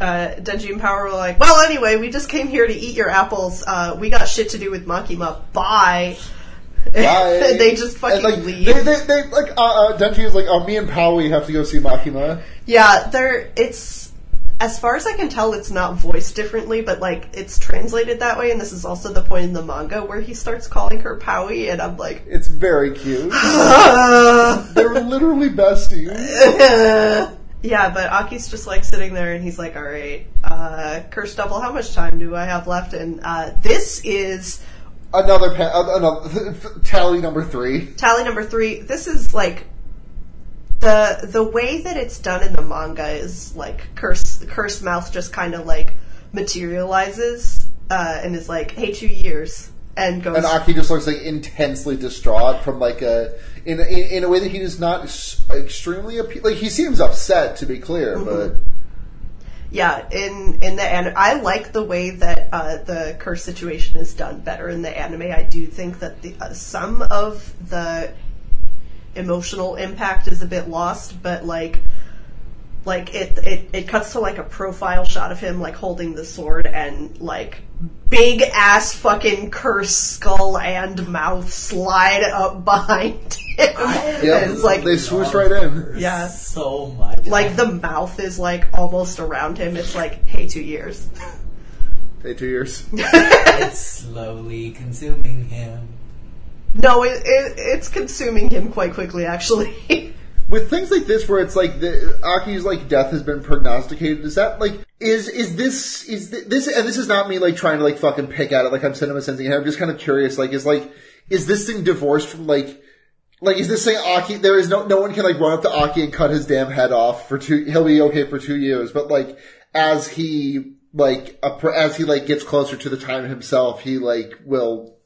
uh, Denji and Power were like, well, anyway, we just came here to eat your apples. Uh, we got shit to do with Makima. Bye. Bye. they just fucking And, like, leave. They, they, they like uh, uh, Denji is like, oh, me and Paui have to go see Makima. yeah, they're, it's, as far as I can tell, it's not voiced differently, but like, it's translated that way. And this is also the point in the manga where he starts calling her Powie, and I'm like, "Ah!" It's very cute. They're literally besties. yeah, but Aki's just like sitting there and he's like, all right, uh, curse double, how much time do I have left? And uh, this is Another pa- uh, another tally number three. tally number three. This is like the the way that it's done in the manga is like curse curse mouth just kind of like materializes uh, and is like, "Hey, two years," and goes. And Aki just looks like intensely distraught from like a in in, in a way that he does not s- extremely appe- like he seems upset to be clear, but yeah, in in the anime, I like the way that uh, the curse situation is done better in the anime. I do think that the uh, some of the emotional impact is a bit lost, but like like it, it it cuts to like a profile shot of him like holding the sword and like big ass fucking curse skull and mouth slide up behind him. yeah, And it's like they swoosh right in. Yeah. So much. like the mouth is like almost around him. It's like, hey, two years. Hey, two years. it's slowly consuming him. No, it, it, it's consuming him quite quickly, actually. with things like this where it's like the Aki's like death has been prognosticated is that like is is this is thi- this and this is not me like trying to like fucking pick at it like I'm cinema sensing here I'm just kind of curious like is like is this thing divorced from like like is this thing Aki there is no no one can like run up to Aki and cut his damn head off for two he'll be okay for two years but like as he like appro- as he like gets closer to the time himself he like will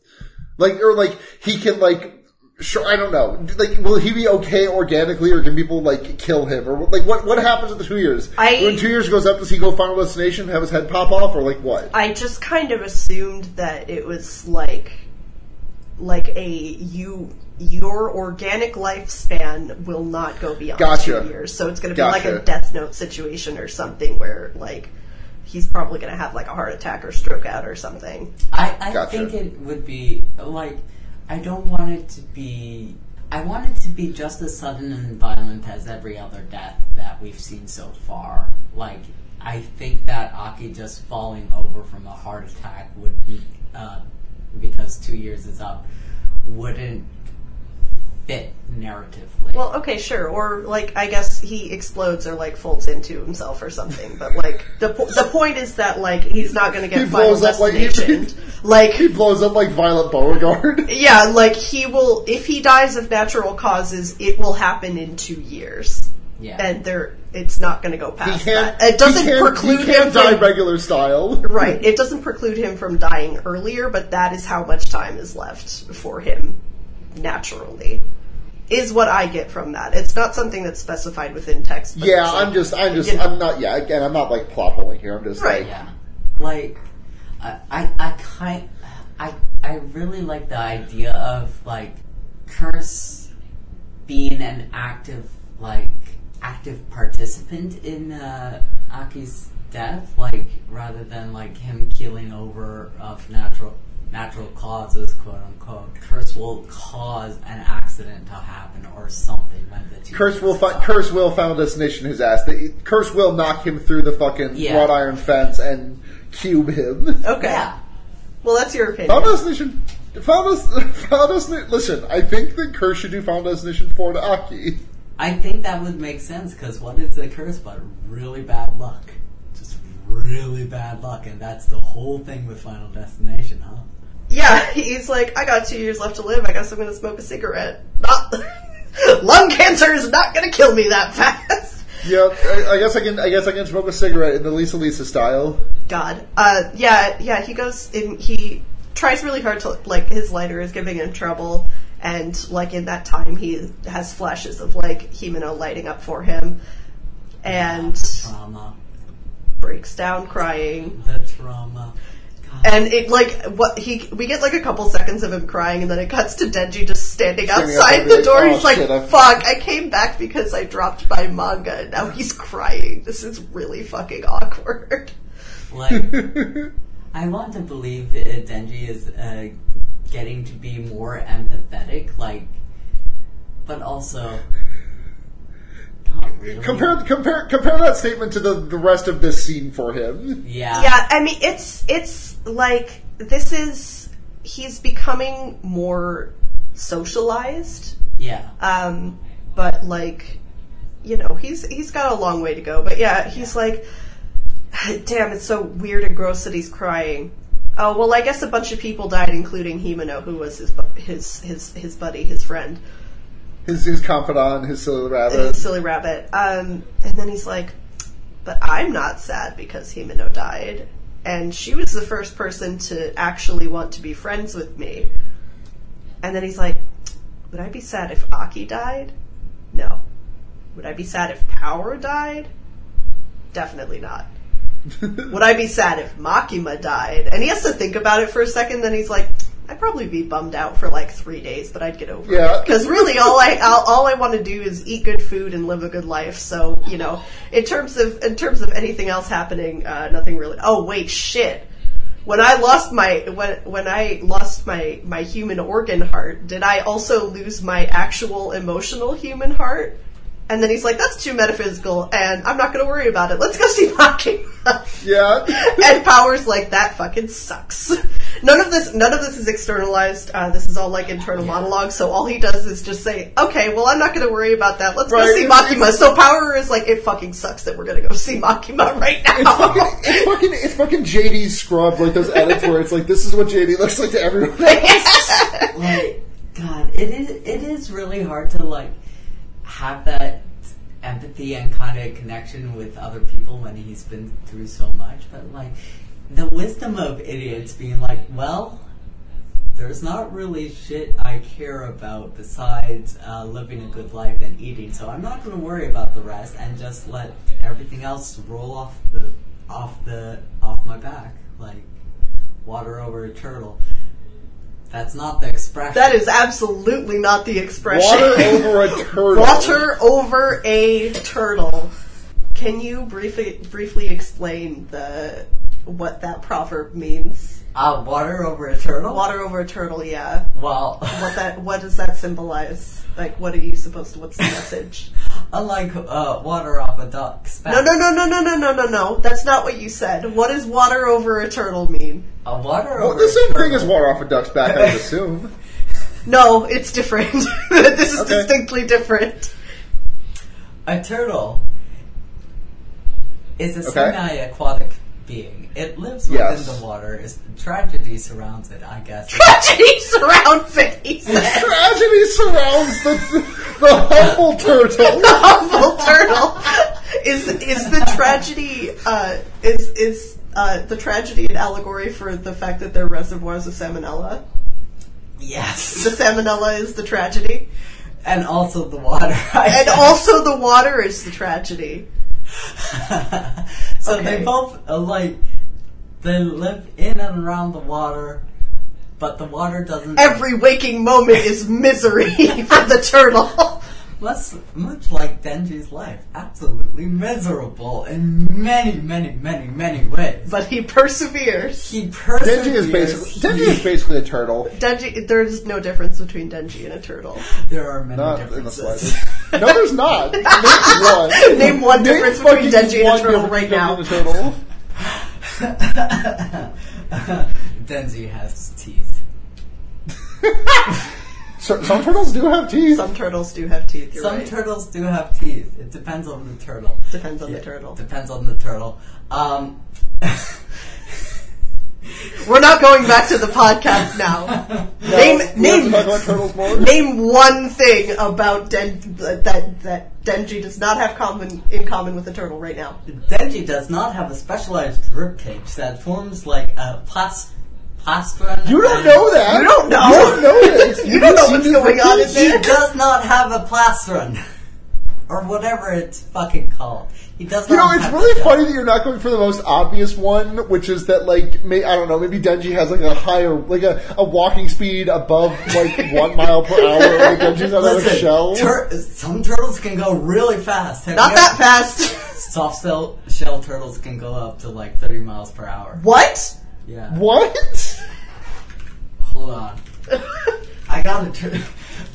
like or like he can like sure I don't know like will he be okay organically or can people like kill him or like what what happens at the two years I- when two years goes up does he go final destination have his head pop off or like what I just kind of assumed that it was like, like a you your organic lifespan will not go beyond Gotcha. two years, so it's going to be like Gotcha. a Death Note situation or something where like he's probably going to have like a heart attack or stroke out or something. I, I Gotcha. think it would be like I don't want it to be. I want it to be just as sudden and violent as every other death that we've seen so far. Like I think that Aki just falling over from a heart attack would be uh, because two years is up wouldn't fit narratively. Well, okay, sure. Or like, I guess he explodes or like folds into himself or something. But like, the po- the point is that like he's not going to get He final blows up like he- destination. Like, he blows up like Violet Beauregard yeah, like he will if he dies of natural causes, it will happen in two years, yeah. and there it's not going to go he past can't that. It doesn't he can't, preclude he can't him die from regular style right. It doesn't preclude him from dying earlier, but that is how much time is left for him naturally. Is what I get from that. It's not something that's specified within text. but yeah it's like- I'm just I'm just you know. I'm not yeah again I'm not like plot holing here I'm just Right. like Yeah, like I, I, I kind, I, I really like the idea of like curse being an active, like active participant in uh, Aki's death, like rather than like him keeling over of natural. Natural causes, quote unquote. Curse will cause an accident to happen or something when the two Curse will fight. fi- Curse will final destination his ass. The, Curse will knock him through the fucking Yeah. wrought iron fence and cube him. Okay. Yeah, Well, that's your opinion. Final destination. Final, Des- final destination. Listen, I think that Curse should do final destination four to Aki. I think that would make sense because what is the curse but really bad luck? Just really bad luck, and that's the whole thing with Final Destination, huh? Yeah, he's like, I got two years left to live. I guess I'm going to smoke a cigarette. Not- Lung cancer is not going to kill me that fast. Yep. I, I guess I can. I guess I can smoke a cigarette in the Lisa Lisa style. God. Uh, yeah, yeah, he goes in, he tries really hard to, like, his lighter is giving him trouble. And, like, in that time, he has flashes of, like, Himeno lighting up for him and Trauma. breaks down crying. The trauma. God. And it like what he we get like a couple seconds of him crying, and then it cuts to Denji just standing Standing outside outside, the like, door. "Oh, he's like, shit, I- "Fuck! I came back because I dropped my manga, and now he's crying. This is really fucking awkward." Like, I want to believe uh, Denji is uh, getting to be more empathetic, like, but also. Not really. Compare compare compare that statement to the, the rest of this scene for him. Yeah. Yeah, I mean it's it's like this is he's becoming more socialized Yeah. Um, but like, you know, he's he's got a long way to go. But yeah, he's like, damn, it's so weird and gross that he's crying. Oh well, I guess a bunch of people died, including Himeno, who was his bu- his his his buddy, his friend, His his confidant, his silly the rabbit. silly rabbit. Um, and then he's like, but I'm not sad because Himeno died. and she was the first person to actually want to be friends with me. And then he's like, Would I be sad if Aki died? No. Would I be sad if Power died? Definitely not. Would I be sad if Makima died? And he has to think about it for a second, then he's like, I'd probably be bummed out for like three days, but I'd get over Yeah. it. Because really, all I all, all I want to do is eat good food and live a good life. So you know, in terms of in terms of anything else happening, uh, nothing really. Oh wait, shit. When I lost my when when I lost my my human organ heart, did I also lose my actual emotional human heart? And then he's like, "That's too metaphysical, and I'm not going to worry about it. Let's go see Makima." Yeah. and powers like that fucking sucks. None of this, none of this is externalized. Uh, this is all like internal monologue. So all he does is just say, "Okay, well, I'm not going to worry about that. Let's Right, go see it's- Makima." So power is like, "It fucking sucks that we're going to go see Makima right now." It's fucking, it's fucking, it's fucking JD scrubbed like those edits where it's like, this is what JD looks like to everyone. else. like God, it is it is really hard to like have that empathy and kind of connection with other people when he's been through so much. But like the wisdom of idiots being like, well. There's not really shit I care about besides uh, living a good life and eating, so I'm not going to worry about the rest and just let everything else roll off the off the off my back like water over a turtle. That's not the expression. that is absolutely not the expression. Water over a turtle. Water over a turtle. Can you briefly briefly explain the what that proverb means? Uh, water over a turtle? Water over a turtle, yeah. Well, what that what does that symbolize? Like, what are you supposed to? What's the message? unlike uh, water off a duck's back. No, no, no, no, no, no, no, no, no. That's not what you said. What does water over a turtle mean? A water Well, over the a same turtle. thing as water off a duck's back, I would assume. No, it's different. this is Okay. distinctly different. A turtle is a Okay. semi-aquatic being. It lives within Yes. the water. It's, tragedy surrounds it, I guess. Tragedy surrounds it. He said, Tragedy surrounds the, the humble turtle. "Humble turtle." Is is the tragedy? Uh, is is uh, the tragedy an allegory for the fact that they're reservoirs of salmonella? The yes. salmonella is the tragedy, And also the water. I and guess. also the water is the tragedy. so Okay. they both uh, like they live in and around the water, but the water doesn't. Every waking moment is misery for the turtle. Less, much like Denji's life, absolutely miserable in many, many, many, many ways. But he perseveres. He perseveres. Denji is basically Denji is basically a turtle. Denji, there's no difference between Denji and a turtle. There are many Not in the differences. slightest. No, there's not. Name one. Name one difference between fucking Denji and one a turtle difference right between now. the turtle. Denji has teeth. So- Some turtles do have teeth. Some turtles do have teeth. You're Some right. turtles do have teeth. It depends on the turtle. Depends on the turtle. Depends on the turtle. Um, We're not going back to the podcast now. No, name we have to name talk about turtles more. name one thing about Den- that that Denji does not have common in common with a turtle right now. Denji does not have a specialized ribcage that forms like a plas- plastron. You don't know that. You don't know. You don't know this. You don't know just- what's you just going on in repeat there. He does not have a plastron. Or whatever it's fucking called. He does You not know, it's have really a- funny that you're not going for the most obvious one, which is that, like, may, I don't know, maybe Denji has like a higher, like a, a walking speed above like one mile per hour. Like Denji's on a Listen, shell. tur- some turtles can go really fast. Have Not you that ever- fast. Soft shell, shell turtles can go up to like 30 miles per hour. what? Yeah. what? Hold on. I got a tur-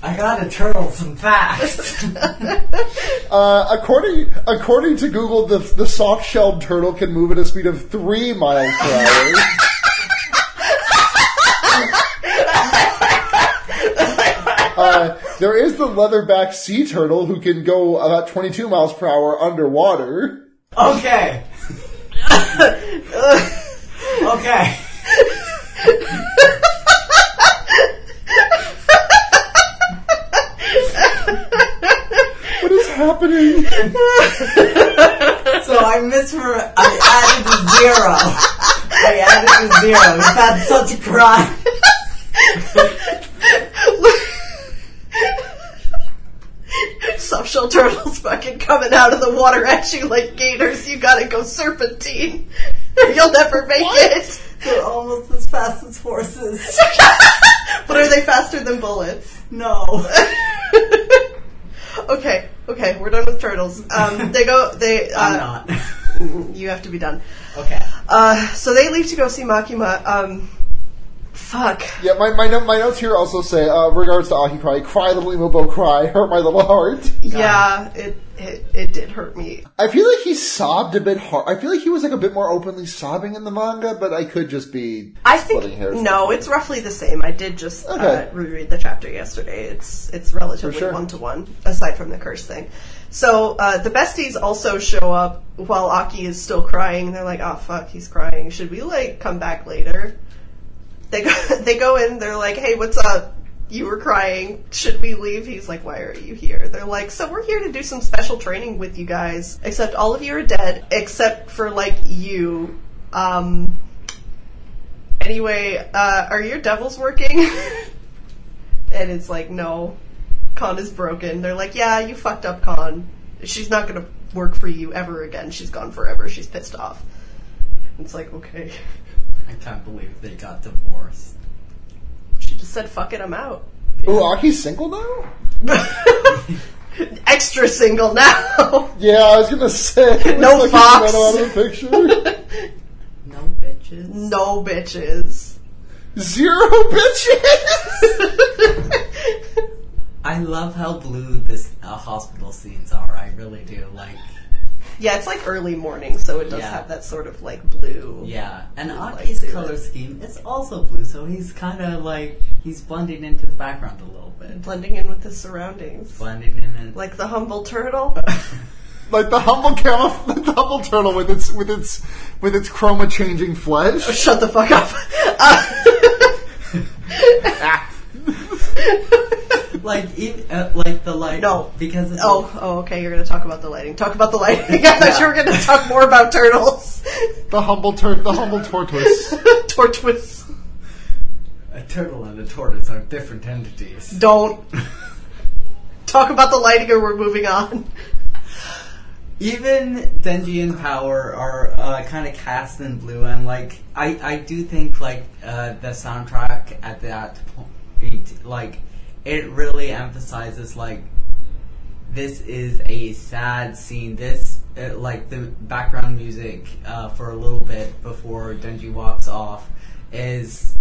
I got a turtle some facts. Uh, according according to Google, the the soft shelled turtle can move at a speed of three miles per hour. Uh, there is the leatherback sea turtle who can go about 22 miles per hour underwater. okay. okay. What is happening? So I misremember. I added a zero. They added the zero. Is that such crime? Soft shell turtles fucking coming out of the water at you like gators. You gotta go serpentine. You'll never make it. They're almost as fast as horses. But are they faster than bullets? No. Okay, okay, we're done with turtles. Um, they go. They. Uh, I'm not. You have to be done. okay. Uh, so they leave to go see Makima. Um, fuck. Yeah, my, my, no- my notes here also say, uh, regards to Aki Cry, cry little emo bow, cry, hurt my little heart. Yeah, it, it it did hurt me. I feel like he sobbed a bit hard. I feel like he was like a bit more openly sobbing in the manga, but I could just be. I think Splitting hairs. no, it's roughly the same. I did just Okay. uh, reread the chapter yesterday. It's it's relatively For sure. one to one, aside from the curse thing. So uh, the besties also show up while Aki is still crying. They're like, "Oh fuck, he's crying. Should we like come back later?" They go they go in. They're like, "Hey, what's up? You were crying. Should we leave?" He's like, "Why are you here?" They're like, "So we're here to do some special training with you guys. Except all of you are dead, except for like you." Um, Anyway, uh, are your devils working? and it's like, no, Con is broken. They're like, yeah, you fucked up Con. She's not gonna work for you ever again. She's gone forever. She's pissed off. It's like, okay. I can't believe they got divorced. She just said, fuck it, I'm out. Ooh, Aki's single now? Extra single now. Yeah, I was gonna say. it No looks fox. like he's not out of the No bitches. no bitches. picture. Zero bitches! I love how blue this uh, hospital scenes are. I really do. Like, yeah, it's like early morning, so it does Yeah. have that sort of like blue. yeah. And like Aki's to color it. scheme is also blue, so he's kind of like he's blending into the background a little bit. Blending in with the surroundings. Blending in and Like the humble turtle. like the humble camel, the humble turtle with its, with its, with its chroma changing flesh. Shut the fuck up. Uh, like even, uh, like the light. No. because it's oh, oh, okay. You're going to talk about the lighting. Talk about the lighting. I thought you were going to talk more about turtles. The humble tur- the humble tortoise. Tortoise. a turtle and a tortoise are different entities. Don't talk about the lighting, or we're moving on. Even Denji and Power are uh, kind of cast in blue, and like I, I do think like uh, the soundtrack at that point, like it really emphasizes like this is a sad scene. This uh, like the background music uh, for a little bit before Denji walks off is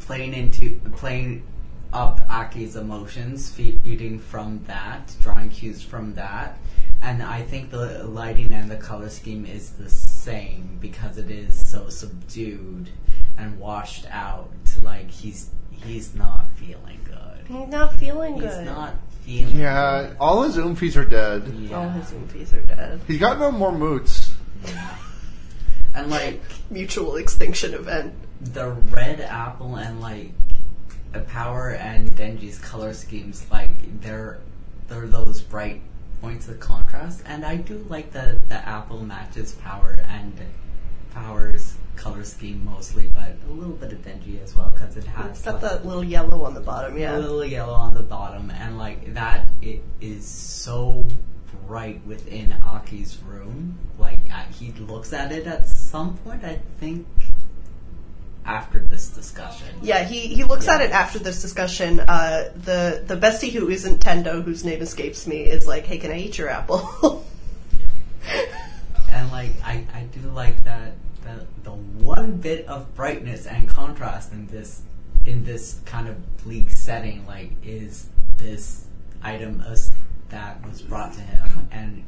playing into playing up Aki's emotions, fe- feeding from that, drawing cues from that, and I think the lighting and the color scheme is the same because it is so subdued and washed out. Like he's he's not feeling good. He's not feeling He's not feeling. Yeah. All his oomfies are dead. good. All Yeah. his movies are dead. He's got no more moots. and like Mutual extinction event. the red apple and like the power and Denji's color schemes, like they're they're those bright points of contrast. And I do like that the apple matches power and power's color scheme mostly, but a little bit of Denji as well because it has It's got like, that little yellow on the bottom, a yeah. little yellow on the bottom, and like that, it is so bright within Aki's room. Like uh, he looks at it at some point, I think, after this discussion. Yeah, he, he looks Yeah. at it after this discussion. Uh, the, the bestie who isn't Tendo, whose name escapes me, is like, hey, can I eat your apple? And like I, I do like that the the one bit of brightness and contrast in this in this kind of bleak setting, like is this item as, that was brought to him and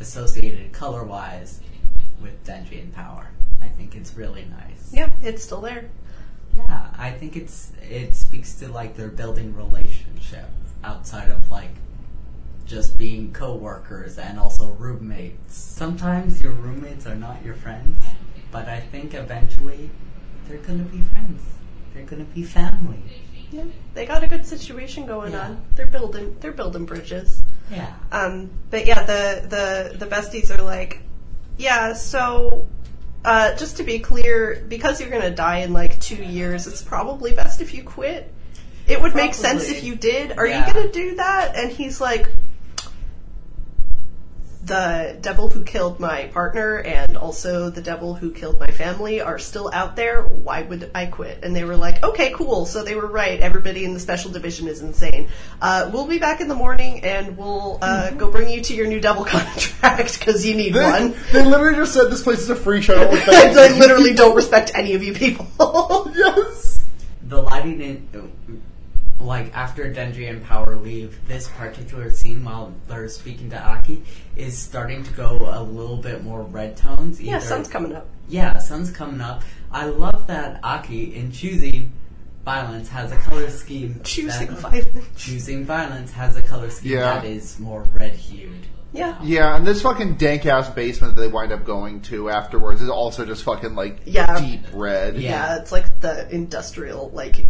associated color wise with Denji and Power. I think it's really nice. yeah, it's still there. Yeah, I think it's it speaks to like their building relationship outside of like just being co-workers and also roommates. Sometimes your roommates are not your friends, but I think eventually they're gonna be friends. They're gonna be family. Yeah, they got a good situation going Yeah. on. They're building they're building bridges. Yeah. Um, but yeah, the the the besties are like, yeah. So Uh, just to be clear, because you're going to die in like two years, it's probably best if you quit. It would make sense Probably. if you did. Are Yeah. you going to do that? And he's like, the devil who killed my partner and also the devil who killed my family are still out there. Why would I quit? And they were like, okay, cool. So they were right. Everybody in the special division is insane. Uh, we'll be back in the morning and we'll uh, go bring you to your new devil contract because you need They, one. they literally just said this place is a free show. Don't look back." I literally don't respect any of you people. yes. the lighting in like after Dendry and Power leave, this particular scene while they're speaking to Aki is starting to go a little bit more red tones. yeah, either- sun's coming up. Yeah, sun's coming up. I love that Aki in choosing violence has a color scheme. Choosing that, violence. choosing violence has a color scheme Yeah. that is more red hued. Yeah. Yeah, and this fucking dank ass basement that they wind up going to afterwards is also just fucking like Yeah. deep red. Yeah. Yeah, it's like the industrial, like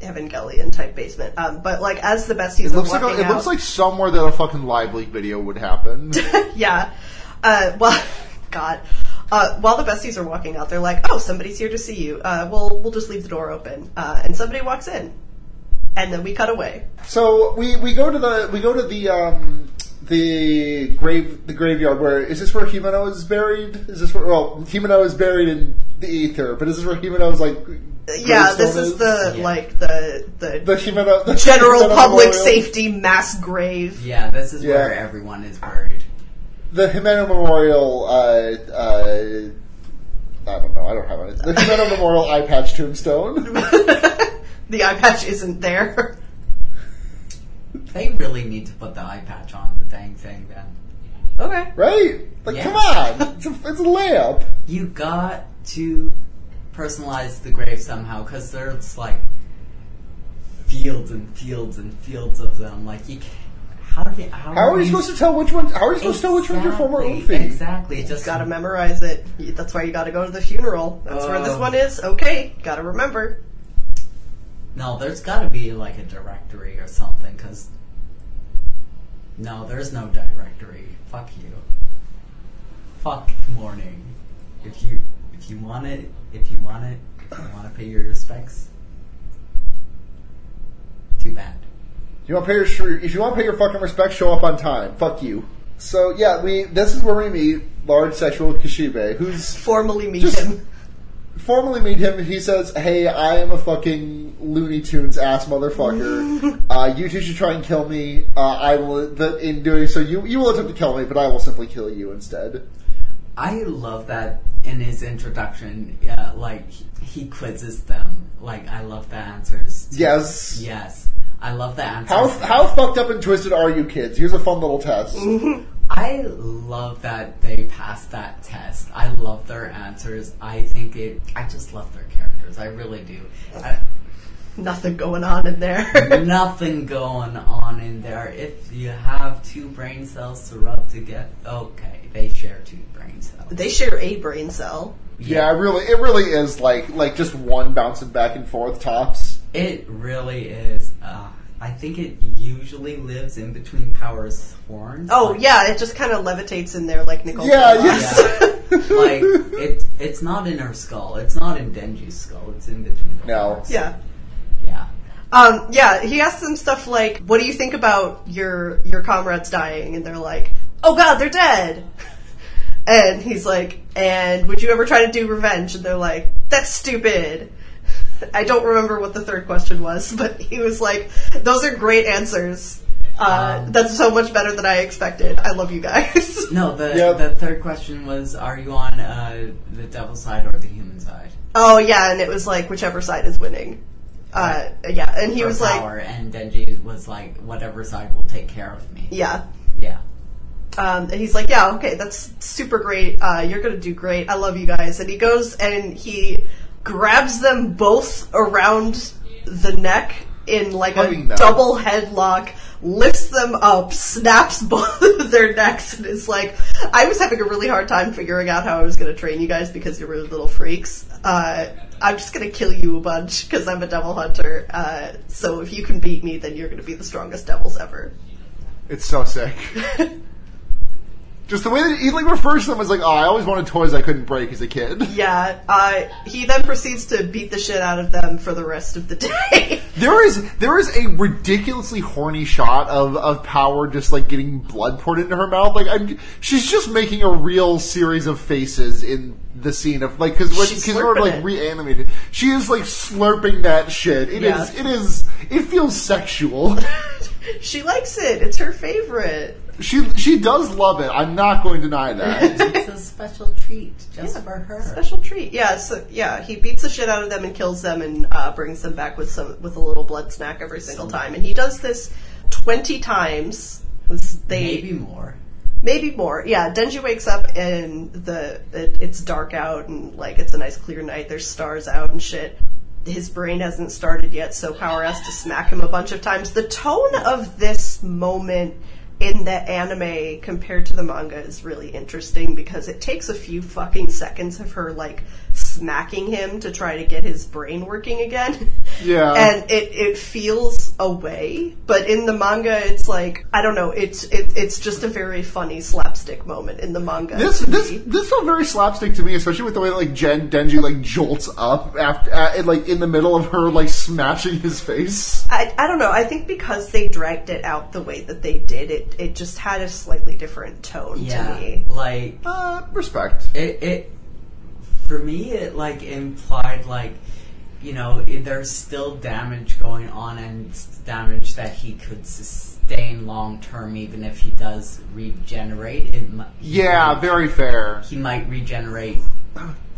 Evangelion type basement. Um, but like as the best he's It looks like walking a, it out, looks like somewhere that a fucking live leak video would happen. yeah. Uh, well, God. Uh, while the besties are walking out, they're like, "Oh, somebody's here to see you. Uh, we'll we'll just leave the door open." Uh, and somebody walks in, and then we cut away. So we, we go to the we go to the um the grave the graveyard where is this where Himeno is buried? Is this where well Himeno is buried in the ether? But is this where Himeno's like? Yeah, gravestone this is the Yeah. like the the, the Himeno the general Himeno public memorial. safety mass grave. Yeah, this is where Yeah. everyone is buried. the Himeno memorial. Uh, uh, I don't know. I don't have it. The Himeno memorial eye patch tombstone. the eye patch isn't there. They really need to put the eye patch on the dang thing then. okay. Right? Like, Yeah. come on! It's a, it's a layup. you got to personalize the grave somehow because there's like fields and fields and fields of them. Like you, can't, how do you? How, How are you supposed to tell which one? How are you supposed to tell which one's your former Oofy? Exactly. Just Gotta memorize it. You- That's why you gotta go to the funeral. That's where this Oh. one is. Okay, gotta remember. no. There's got to be like a directory or something because no, there's no directory. Fuck you. Fuck morning. If you if you want it, if you want it, if you want to pay your respects. Too bad. You want to pay your sh- if you want to pay your fucking respect, show up on time. Fuck you. So yeah, we this is where we meet large sexual Kishibe, who's Formally meet Just- him. formally meet him. He says, "Hey, I am a fucking Looney Tunes ass motherfucker. uh, you two should try and kill me. Uh, I will. But in doing so, you you will attempt to kill me, but I will simply kill you instead." I love that in his introduction, yeah, like he quizzes them. Like I love the answers. to- Yes. Yes. I love the answers. How how fucked up and twisted are you, kids? Here's a fun little test. I love that they passed that test. I love their answers. I think it. I just love their characters. I really do. Uh, I, Nothing going on in there. nothing going on in there. If you have two brain cells to rub together, okay, they share two brain cells. they share a brain cell. Yeah, it really, it really is like like just one bouncing back and forth tops. It really is. Uh, I think it usually lives in between Power's horns. Oh Like- yeah, it just kind of levitates in there like Nicole. Yeah, Kidman. yes. Yeah. like it, it's not in her skull. It's not in Denji's skull. It's in between. the No. horns. Yeah. Yeah. Um, yeah, he asks them stuff like, "What do you think about your your comrades dying?" And they're like, "Oh God, they're dead." And he's like, "And would you ever try to do revenge?" And they're like, "That's stupid." I don't remember what the third question was, but he was like, "Those are great answers. Uh, Um. that's so much better than I expected. I love you guys." No. The Yeah. the third question was: Are you on uh, the devil's side or the human side? oh yeah, and it was like whichever side is winning. Uh, yeah, and he For was like, power, and Denji was like, "Whatever side will take care of me." "Yeah." Yeah. Um, and he's like, "Yeah, okay, that's super great. Uh, you're gonna do great. I love you guys." And he goes and he grabs them both around the neck in like a Hugging them. double headlock, lifts them up, snaps both of their necks, and is like, "I was having a really hard time figuring out how I was gonna train you guys because you were little freaks. Uh, I'm just gonna kill you a bunch because I'm a devil hunter. Uh, so if you can beat me, then you're gonna be the strongest devils ever." It's so sick. Just the way that he like refers to them as like, oh, I always wanted toys I couldn't break as a kid. Yeah, uh, he then proceeds to beat the shit out of them for the rest of the day. There is there is a ridiculously horny shot of, of Power just like getting blood poured into her mouth. Like I'm, she's just making a real series of faces in the scene of like because when She's because we're slurping like it. reanimated, she is like slurping that shit. It is Yeah. it is it feels sexual. she likes it, it's her favorite. she she does love it. I'm not going to deny that. It's a special treat just for her. Special treat. Yeah, so yeah, he beats the shit out of them and kills them and uh, brings them back with some with a little blood snack every single time. And he does this twenty times. This- They Maybe more. Maybe more. Yeah, Denji wakes up and the it, it's dark out and like it's a nice clear night. There's stars out and shit. His brain hasn't started yet, so Power has to smack him a bunch of times. The tone of this moment in the anime compared to the manga is really interesting because it takes a few fucking seconds of her like smacking him to try to get his brain working again. Yeah. And it, it feels away, but in the manga, it's like I don't know. It's it, it's just a very funny slapstick moment in the manga. This to this me. this felt very slapstick to me, especially with the way that like Jen Denji like jolts up after uh, like in the middle of her like smashing his face. I, I don't know. I think because they dragged it out the way that they did, it it just had a slightly different tone to Yeah. me. Like Uh, respect. it, it for me it like implied like you know i- there's still damage going on and s- damage that he could sustain long term even if he does regenerate it mi- he Yeah, might- very fair. he might regenerate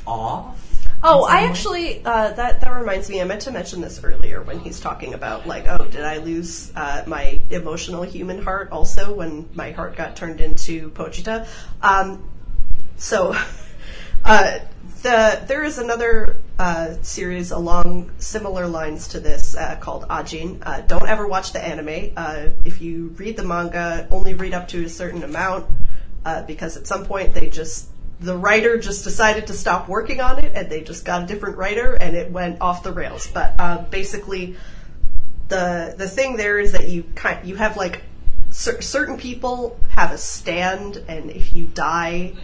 off Oh, I actually uh, that that reminds me. I meant to mention this earlier when he's talking about like, oh, did I lose uh, my emotional human heart also when my heart got turned into Pochita? Um, so, uh, the there is another uh, series along similar lines to this uh, called Ajin. Uh, don't ever watch the anime. Uh, if you read the manga, only read up to a certain amount uh, because at some point they just the writer just decided to stop working on it and they just got a different writer and it went off the rails. But uh, basically, the the thing there is that you kind you have like cer- certain people have a stand, and if you die,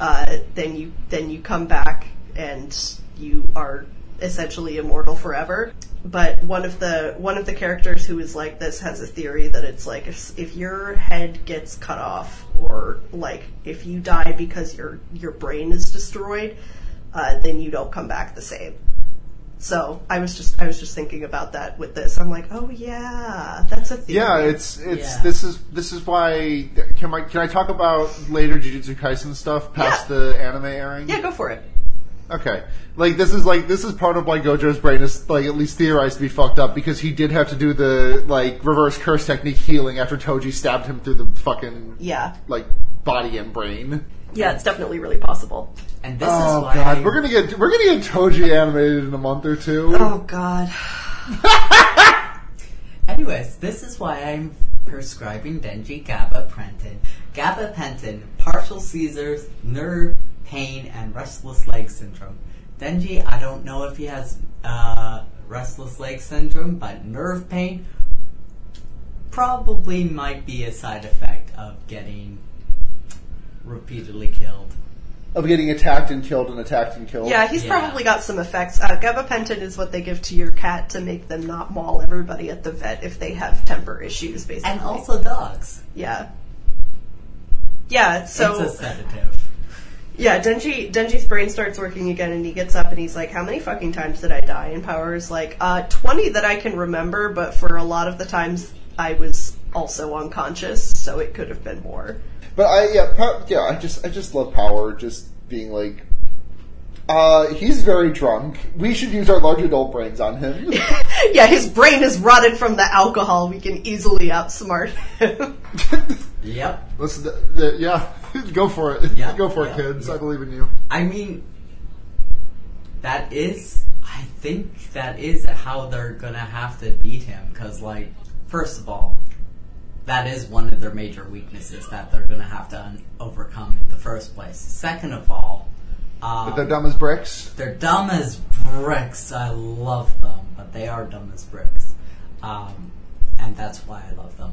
uh, then you then you come back and you are essentially immortal forever. But one of the one of the characters who is like this has a theory that it's like if, if your head gets cut off or like if you die because your your brain is destroyed, uh, then you don't come back the same. So I was just I was just thinking about that with this. I'm like, oh yeah, that's a theory. Yeah, it's it's Yeah. this is this is why can I can I talk about later Jujutsu Kaisen stuff past Yeah. the anime airing? yeah, go for it. Okay. Like this is like this is part of why Gojo's brain is like at least theorized to be fucked up because he did have to do the like reverse curse technique healing after Toji stabbed him through the fucking Yeah, like body and brain. yeah, it's definitely really possible. and this Oh is why god, I- we're gonna get we're gonna get Toji animated in a month or two. Oh god, Anyways, this is why I'm prescribing Denji gabapentin. Gabapentin, partial seizures, nerve pain, and restless leg syndrome. Denji, I don't know if he has uh, restless leg syndrome, but nerve pain probably might be a side effect of getting repeatedly killed. of getting attacked and killed and attacked and killed. yeah, he's Yeah. probably got some effects. Uh, gabapentin is what they give to your cat to make them not maul everybody at the vet if they have temper issues, basically. And also dogs. yeah, yeah. So it's a sedative. Yeah, Denji Denji's brain starts working again, and he gets up and he's like, "How many fucking times did I die?" And Power's like, uh, "20 that I can remember, but for a lot of the times I was also unconscious, so it could have been more." But I yeah pow- yeah I just I just love power just being like. Uh, he's very drunk. We should use our large adult brains on him. yeah, his brain is rotted from the alcohol. We can easily outsmart him. Yep. Listen, th the, yeah, go for it. Yeah. go for it, Yeah. kids. I Yeah. believe in you. I mean, that is. I think that is how they're gonna have to beat him. Because, like, first of all, that is one of their major weaknesses that they're gonna have to un- overcome in the first place. Second of all, um, But they're dumb as bricks. they're dumb as bricks. I love them, but they are dumb as bricks, um, and that's why I love them.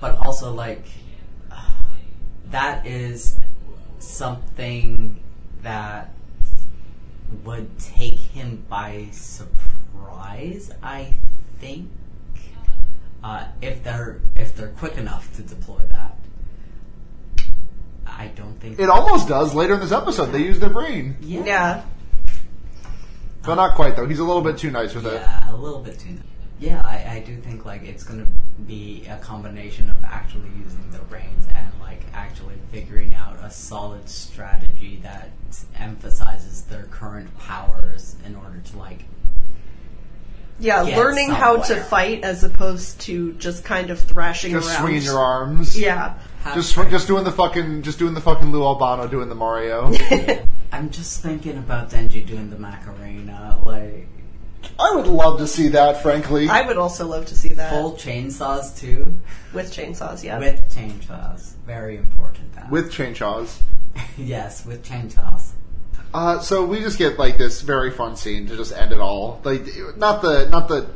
But also, like, that is something that would take him by surprise. I think uh, if they're if they're quick enough to deploy that, I don't think It almost does later in this episode. They use their brain, Yeah, Yeah. but not quite though. He's a little bit too nice with it. Yeah, a little bit too. Yeah, I, I do think like it's gonna be a combination of actually using their brains and like actually figuring out a solid strategy that emphasizes their current powers in order to like Yeah, Get learning how to somewhere. fight as opposed to just kind of thrashing Just around. swinging your arms. Yeah. have Just, sw- just doing the fucking, just doing the fucking Lou Albano doing the Mario. I'm just thinking about Denji doing the Macarena, like I would love to see that, frankly. I would also love to see that full chainsaws too, with chainsaws, yeah. with chainsaws. Very important. That with chainsaws. yes, with chainsaws. Uh, so we just get like this very fun scene to just end it all. Like not the not the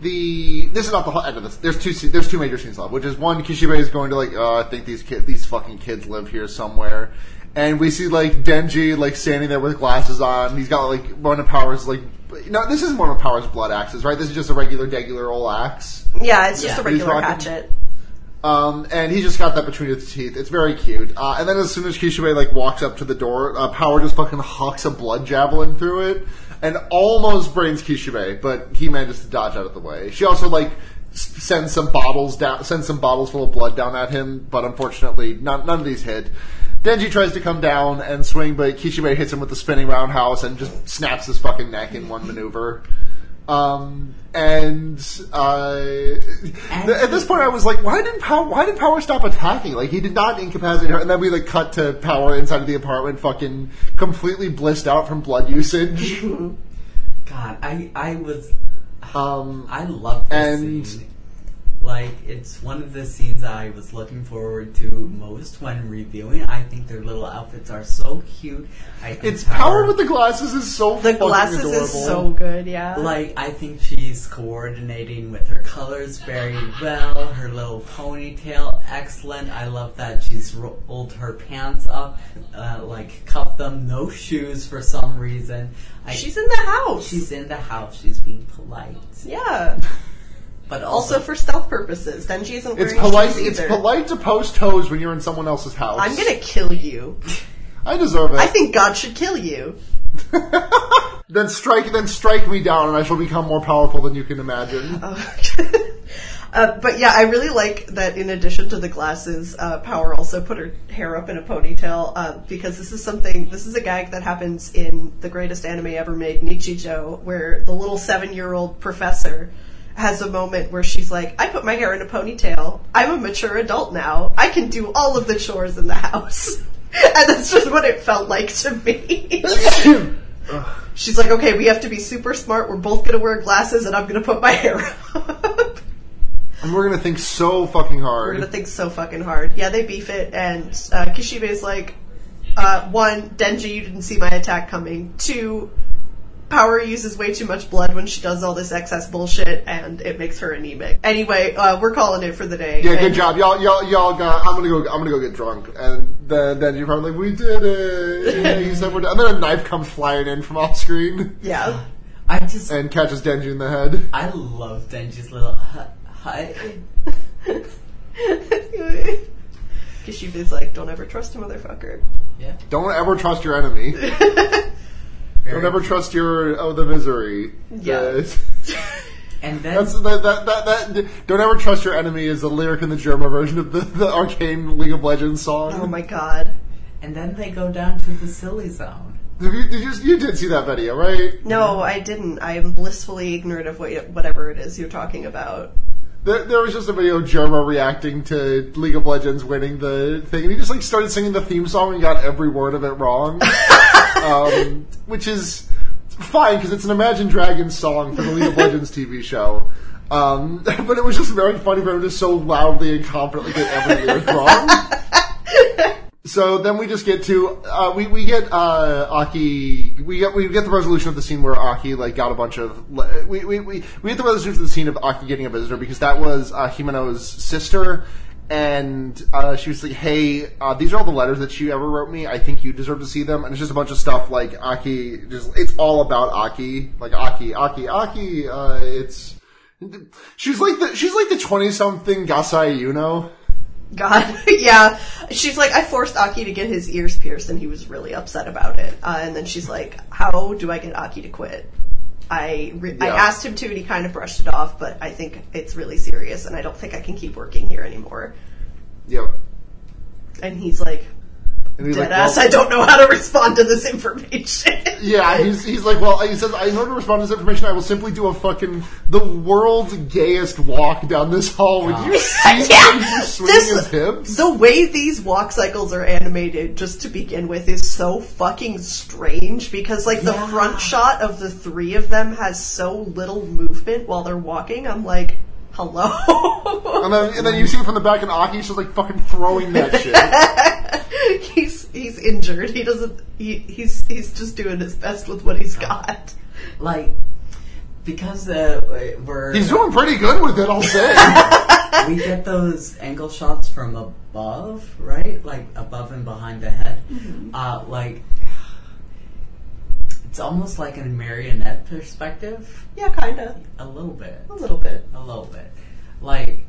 the this is not the whole end of this. There's two sce- there's two major scenes left, which is one Kishibe is going to like oh, I think these kid these fucking kids live here somewhere, and we see like Denji like standing there with glasses on. He's got like one of Powers like no this isn't one of Powers blood axes right? This is just a regular degular old axe. Yeah, it's just Yeah. a regular He's rocking- hatchet. Um, and he just got that between his teeth. It's very cute. Uh, and then as soon as Kishibe like walks up to the door, uh, Power just fucking hucks a blood javelin through it and almost brains Kishibe, but he manages to dodge out of the way. She also like s- sends some bottles down, sends some bottles full of blood down at him, but unfortunately, not, none of these hit. Denji tries to come down and swing, but Kishibe hits him with the spinning roundhouse and just snaps his fucking neck in one maneuver. Um, and uh, th- at this point, I was like, "Why didn't Power? Why did Power stop attacking? Like he did not incapacitate her." And then we like cut to Power inside of the apartment, fucking completely blissed out from blood usage. God, I I was Um, I love this And- scene. Like it's one of the scenes I was looking forward to most when reviewing. I think their little outfits are so cute. I think it's Power with the glasses is so The fucking glasses adorable. is so good, yeah. like I think she's coordinating with her colors very well. Her little ponytail, excellent. I love that she's rolled her pants up, uh, like cuffed them. No shoes for some reason. I, she's in the house. she's in the house. She's being polite, yeah. but Also for stealth purposes. Denji isn't It's wearing polite. shoes It's either. polite to post toes when you're in someone else's house. I'm gonna kill you. I deserve it. I think God should kill you. then strike. Then strike me down, and I shall become more powerful than you can imagine. Uh, but yeah, I really like that. In addition to the glasses, uh, Power also put her hair up in a ponytail uh, because this is something. This is a gag that happens in the greatest anime ever made, Nichijou, where the little seven-year-old professor has a moment where she's like, "I put my hair in a ponytail. I'm a mature adult now. I can do all of the chores in the house." And that's just what it felt like to me. She's like, okay, we have to be super smart. We're both going to wear glasses, and I'm going to put my hair up. and we're gonna think so fucking hard. We're gonna think so fucking hard. Yeah, they beef it, and uh, Kishibe's like, uh, one, Denji, you didn't see my attack coming. Two, Power uses way too much blood when she does all this excess bullshit, and it makes her anemic. Anyway, uh, we're calling it for the day. Yeah, good And- job, y'all. Y'all, y'all got. I'm gonna go. I'm gonna go get drunk, and then then you're probably like, "We did it!" Yeah, he said, we're done. And then a knife comes flying in from off screen Yeah. I just and catches Denji in the head. I love Denji's little hut. hut. Kishibe's like, don't ever trust a motherfucker. Yeah. Don't ever trust your enemy. very- Don't ever trust your oh the misery. Yeah. The- And then That's that, that, that, that don't ever trust your enemy is a lyric in the German version of the, the arcane League of Legends song. Oh my god. and then they go down to the silly zone. Did you, did you, you did see that video, right? No, I didn't. I am blissfully ignorant of what, whatever it is you're talking about. There, there was just a video of Germa reacting to League of Legends winning the thing, and he just like started singing the theme song and got every word of it wrong, um, which is fine because it's an Imagine Dragons song for the League of Legends TV show. Um, but it was just very funny for him to so loudly and confidently get every lyric wrong. So then we just get to uh, we we get uh, Aki we get we get the resolution of the scene where Aki like got a bunch of we we we, we get the resolution of the scene of Aki getting a visitor because that was uh, Himeno's sister and uh, she was like, "Hey, uh, these are all the letters that you ever wrote me. I think you deserve to see them." And it's just a bunch of stuff like Aki. Just it's all about Aki, like Aki, Aki, Aki. Uh, it's she's like the she's like the twenty something Gasai Yuno. God, yeah. She's like, I forced Aki to get his ears pierced, and he was really upset about it. Uh, and then she's like, How do I get Aki to quit? I re- I Yeah. asked him to, and he kind of brushed it off. But I think it's really serious, and I don't think I can keep working here anymore. Yep. And he's like, And Dead he's like, ass. well- I don't know how to respond to this information. Yeah, he's, he's like, well, he says, in order to respond to this information, I will simply do a fucking the world's gayest walk down this hall. Would you see Yeah. him just swinging This- his hips? the way these walk cycles are animated, just to begin with, is so fucking strange because, like, the front shot of the three of them has so little movement while they're walking. I'm like, hello? And then, and then you see him from the back, and Aki's just like fucking throwing that shit. he's he's injured. He doesn't. He, he's he's just doing his best with what he's got. Like, because uh, we're He's doing pretty good with it, I'll say. we get those angle shots from above, right? Like above and behind the head. Uh, like it's almost like a marionette perspective, Yeah, kind of. a little bit, A little bit. a little bit. Like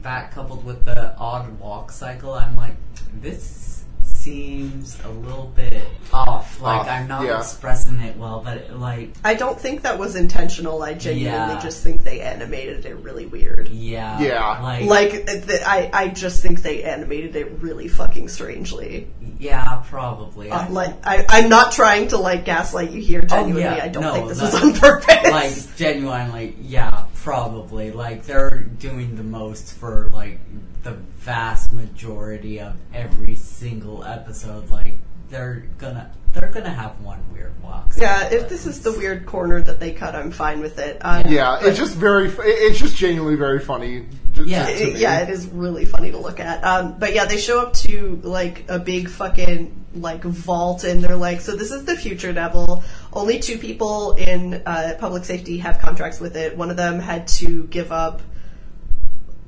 that coupled with the odd walk cycle, I'm like, this seems a little bit off. Like Off, I'm not yeah. expressing it well, but it, like I don't think that was intentional. I genuinely Yeah. just think they animated it really weird. yeah, Yeah. like, Like, th- I, I just think they animated it really fucking strangely. yeah, probably. Uh, like, I, I'm not trying to, like, gaslight you here, genuinely. Oh, yeah. I don't No, think this no. is on purpose. like genuinely yeah probably like they're doing the most for like the vast majority of every single episode like they're gonna they're gonna have one weird walk yeah, if this is the weird corner that they cut, I'm fine with it. Um, Yeah, it's just very, fu- it- it's just genuinely very funny. to- Yeah. to- to it- me. yeah, it is really funny to look at. Um, but yeah, they show up to like a big fucking like vault, and they're like, "So this is the future devil." Only two people in uh, public safety have contracts with it. One of them had to give up.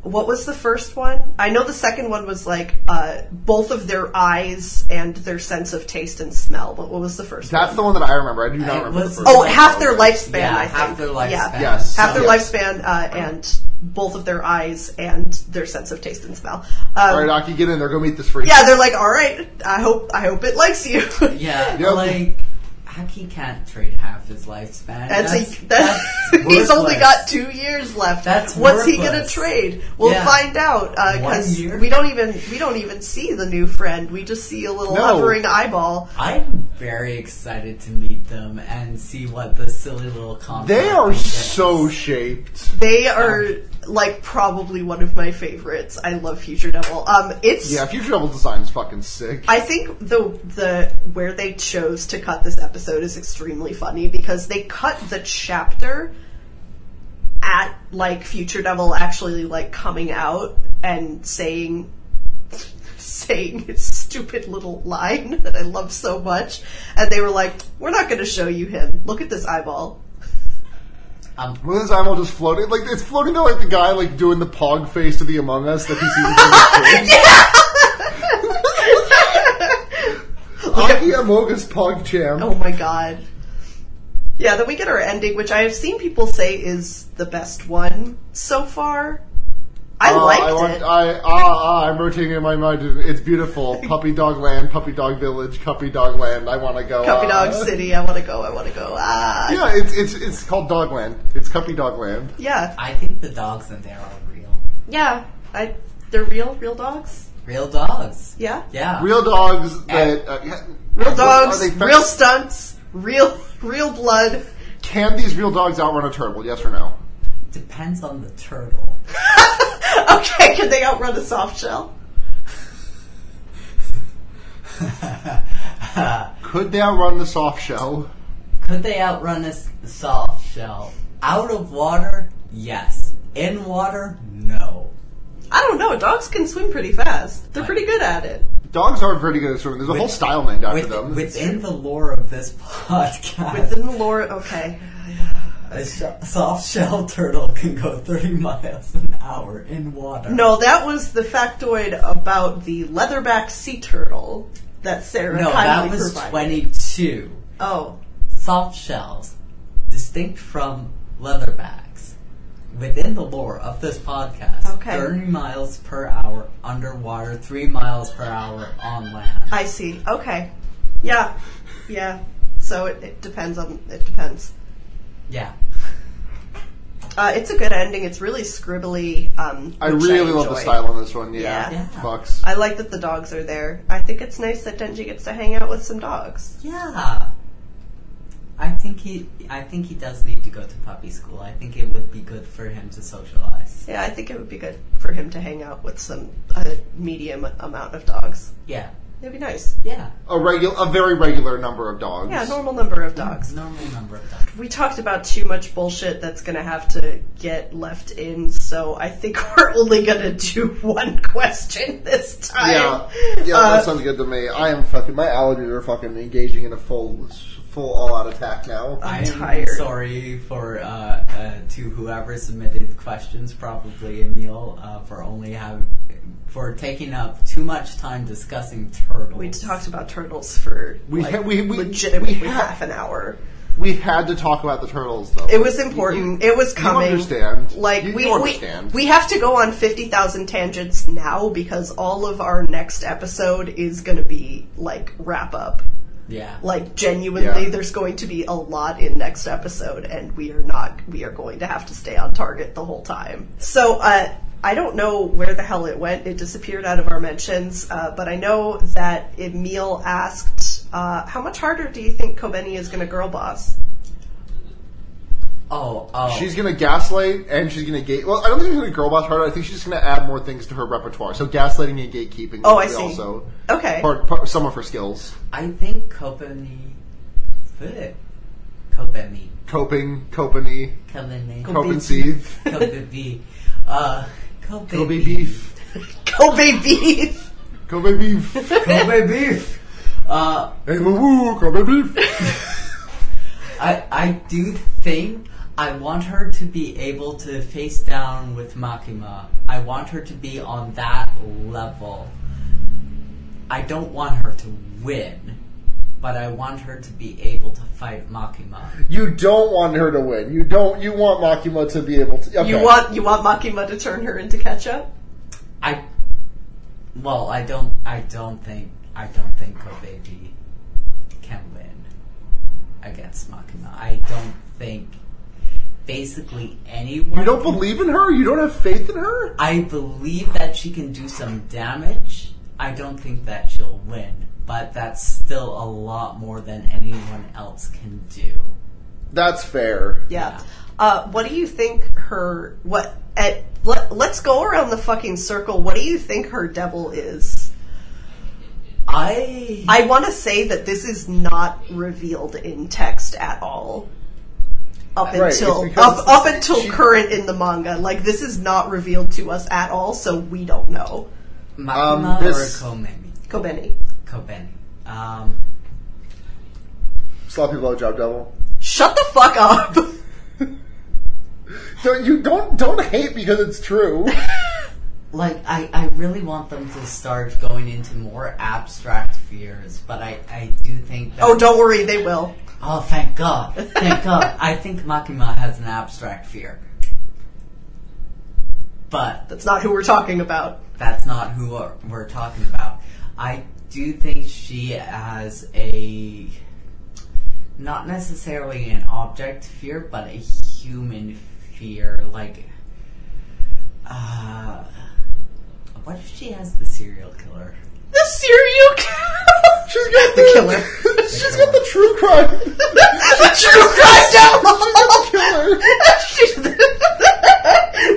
What was the first one? I know the second one was like uh, both of their eyes and their sense of taste and smell. But what was the first That's one? the one that I remember. I do not It remember. was- the first Oh, one. half their lifespan. Yeah, I half think. their Yeah. lifespan. Yes. Half their Yes. lifespan uh, and both of their eyes and their sense of taste and smell. Um, All right, Aki, get in there. Go meet this freak. yeah, they're like, all right, I hope I hope it likes you. yeah Yep. like Haki can't trade half his lifespan That's, that's, a, that's that's he's only worthless. got two years left. That's what's he gonna worthless. trade? We'll Yeah. find out because One year? we don't even we don't even see the new friend. We just see a little No. hovering eyeball. I'm very excited to meet them and see what the silly little comp They are so shaped. They are like probably one of my favorites. I love Future Devil. Um, it's Yeah, Future Double Design is fucking sick. I think the the where they chose to cut this episode is extremely funny because they cut the chapter at like Future Devil actually like coming out and saying saying his stupid little line that I love so much and they were like we're not going to show you him look at this eyeball um, Well, this eyeball just floating, like it's floating there, like the guy like doing the pog face to the Among Us that he sees. in the Aki Amogus Pog Champ. Oh my god. Yeah, then we get our ending, which I have seen people say is the best one so far. I Uh, liked I it. I, ah, ah, I'm rotating in my mind. It's beautiful. Puppy Dog Land, Puppy Dog Village, Puppy Dog Land. I want to go. Puppy uh, Dog City, I want to go, I want to go. Ah. Yeah. Yeah, it's it's it's called Dogland. It's Cuppy Dogland. Yeah. I think the dogs in there are real I, they're real, real dogs? real dogs Yeah. yeah Real dogs that uh, yeah, Real what- dogs, are they fe- real stunts, real real blood. Can these real dogs outrun a turtle? Yes or no? Depends on the turtle. Okay, can they outrun a soft shell? Could they outrun the soft shell? Could they outrun a s- soft shell? Out of water, yes. In water, no. I don't know. Dogs can swim pretty fast. They're pretty good at it. Dogs are pretty good at swimming. There's a whole style named after With, them. within the lore of this podcast, Within the lore, okay. A sh- soft shell turtle can go 30 miles an hour in water. No, that was the factoid about the leatherback sea turtle that Sarah No, that kindly was provided. 22. Oh, Soft shells, distinct from leatherbacks, within the lore of this podcast, Okay. 30 miles per hour underwater, 3 miles per hour on land. I see. Okay. Yeah. Yeah. So it, it depends on it depends. yeah. Uh, it's a good ending. It's really scribbly. Um, I which really love the enjoy. style on this one. Yeah, Yeah. Yeah. fucks. I like that the dogs are there. I think it's nice that Denji gets to hang out with some dogs. Yeah. I think he I think he does need to go to puppy school. I think it would be good for him to socialize. Yeah, I think it would be good for him to hang out with some a medium amount of dogs. Yeah. It'd be nice. Yeah. A regular, a very regular number of dogs. Yeah, normal number of dogs. Normal number of dogs. We talked about too much bullshit that's going to have to get left in, so I think we're only going to do one question this time. Yeah, yeah, Uh, that sounds good to me. I am fucking. My allergies are fucking engaging in a full, full all-out attack now. I'm am tired. sorry for uh, uh, to whoever submitted questions, probably Emil, uh, for only have for taking up too much time discussing turtles. We talked about turtles for We like, ha- we- we- legitimately we ha- half an hour. We've had to talk about the turtles though. It was important. it was coming. understand. Like You- we, you we understand. we have to go on fifty thousand tangents now because all of our next episode is going to be like wrap up. yeah, Like genuinely, Yeah. there's going to be a lot in next episode, and we are not. We are going to have to stay on target the whole time. So uh, I don't know where the hell it went. It disappeared out of our mentions, uh, but I know that Emil asked, uh, "How much harder do you think Kobeni is going to girl boss?" oh, oh, She's gonna gaslight and she's gonna gate. Well, I don't think she's gonna girl boss harder. I think she's just gonna add more things to her repertoire. So gaslighting and gatekeeping. Oh, I is see. Also, Okay. part, part some of her skills. I think Copenhagen, Copenhagen, Coping, Copeny, Copenhagen, Copenseethe, Copenhagen, uh, Kobe beef, Kobe beef. Kobe beef, Kobe beef. Uh, hey woo woo, Kobe beef. I, I do think I want her to be able to face down with Makima. I want her to be on that level. I don't want her to win, but I want her to be able to fight Makima. You don't want her to win. You don't. You want Makima to be able to. Okay. You want you want Makima to turn her into ketchup? I well, I don't I don't think I don't think Kobaby can win against Makima. I don't think basically anyone You don't can believe in her. You don't have faith in her. I believe that she can do some damage. I don't think that she'll win, but that's still a lot more than anyone else can do. That's fair. Yeah. Yeah. Uh, what do you think her what at let, let's go around the fucking circle. What do you think her devil is? I I want to say that this is not revealed in text at all. Up Right, it's until because up, up until she- current in the manga, like this is not revealed to us at all, so we don't know. Makima Um, this- or Komemi? Kobeni, Kobeni. Um, Sloppy blowjob devil. shut the fuck up. Don't, you don't don't hate because it's true. like I, I really want them to start going into more abstract fears, but I, I do think that oh, don't worry, they will. Oh, thank God. Thank God. I think Makima has an abstract fear. But That's not who we're talking about. that's not who we're, we're talking about. I do think she has a not necessarily an object fear, but a human fear. Like, uh, what if she has the serial killer? The serial killer. She's got The killer. She's got the true crime. the true crime down killer.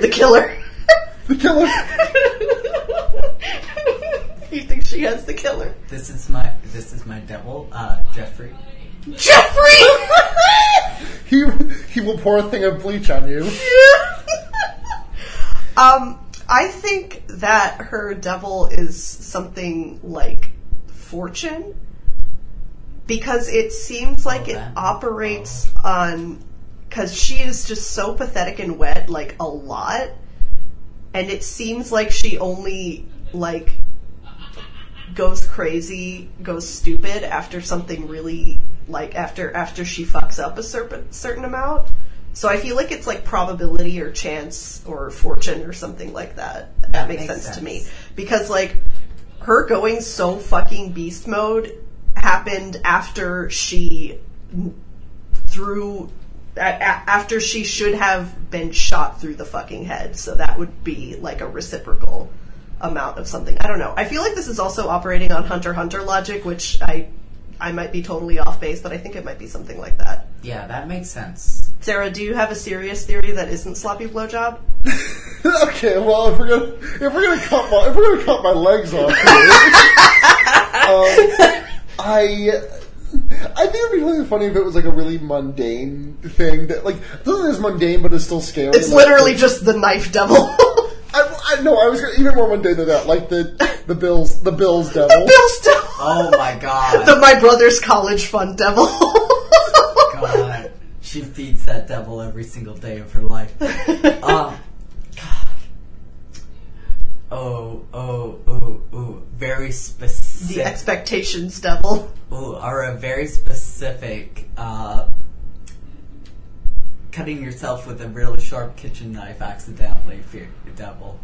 the killer. The killer. you think she has the killer? This is my this is my devil, uh, Jeffrey. Jeffrey! He he will pour a thing of bleach on you. um, I think that her devil is something like fortune. Because it seems like it Okay. operates on because she is just so pathetic and wet, like a lot, and it seems like she only like goes crazy, goes stupid after something really like after after she fucks up a certain certain amount. So I feel like it's like probability or chance or fortune or something like that. That, makes, makes sense, to sense. me because like her going so fucking beast mode happened after she through a- a- after she should have been shot through the fucking head. So that would be like a reciprocal amount of something. I don't know. I feel like this is also operating on Hunter x Hunter logic, which I I might be totally off base, but I think it might be something like that. Yeah, that makes sense. Sarah, do you have a serious theory that isn't sloppy blowjob? okay, well, if we're gonna if we're gonna cut my if we're gonna cut my legs off, here, um, I I think it'd be really funny if it was like a really mundane thing that like something that's mundane but is still scary. It's like- literally just the knife devil. I, I no, I was gonna, even more mundane than that, like the the bills the bills devil. Bill Stone. Oh my god. The my brother's college fund devil. God, she feeds that devil every single day of her life. Uh, oh, oh, oh, oh, very the specific. expectations devil. Ooh, are a very specific. Uh, cutting yourself with a real sharp kitchen knife accidentally, fear the devil.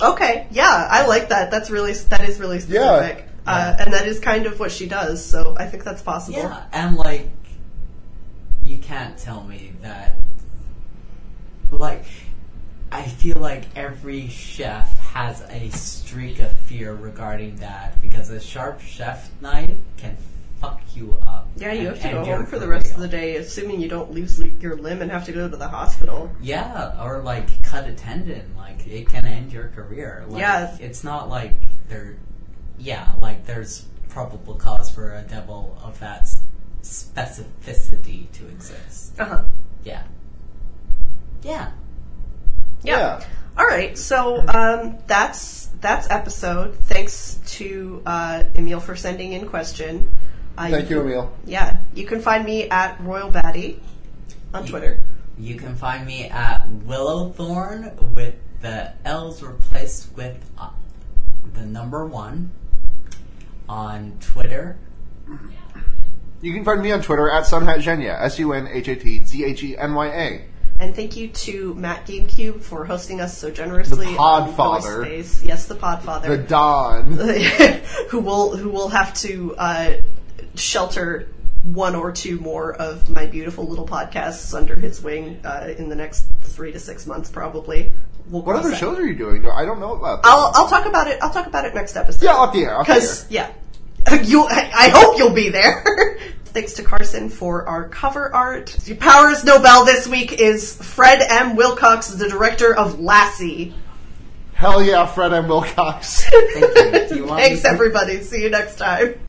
Okay, yeah, I like that. That's really that is really specific, uh, and that is kind of what she does. So I think that's possible. Yeah, and like, you can't tell me that. Like, I feel like every chef has a streak of fear regarding that because a sharp chef knife can fuck you up. Yeah, you have and to go end your home for the rest of the career. day, assuming you don't lose li- your limb and have to go to the hospital. Yeah, or like cut a tendon. Like it can end your career. Like, Yeah. it's not like there. Yeah, like there's probable cause for a devil of that s- specificity to exist. Uh-huh. Yeah. Yeah. yeah. All right, so um, that's that's episode. Thanks to uh, Emil for sending in question. Uh, Thank you, Emil. Yeah, you can find me at Royal Batty on Ye- Twitter. You can find me at Willowthorn with the L's replaced with uh, the number one on Twitter. You can find me on Twitter at sunhatgenya, S U N H A T Z H E N Y A. And thank you to Matt GameCube for hosting us so generously. The on Podfather. Voice Space. Yes, the The Podfather. Don. who will who will have to uh, shelter one or two more of my beautiful little podcasts under his wing uh, in the next three to six months, probably. We'll What cross other that. shows are you doing? I don't know about that. I'll I'll talk about it. I'll talk about it next episode. Yeah, off the air. Off the air. Because yeah, you. I I hope you'll be there. Thanks to Carson for our cover art. The Powers Nobel this week is Fred M. Wilcox, the director of Lassie. Hell yeah, Fred M. Wilcox. Thank you. Do you want me Thanks, everybody. See you next time.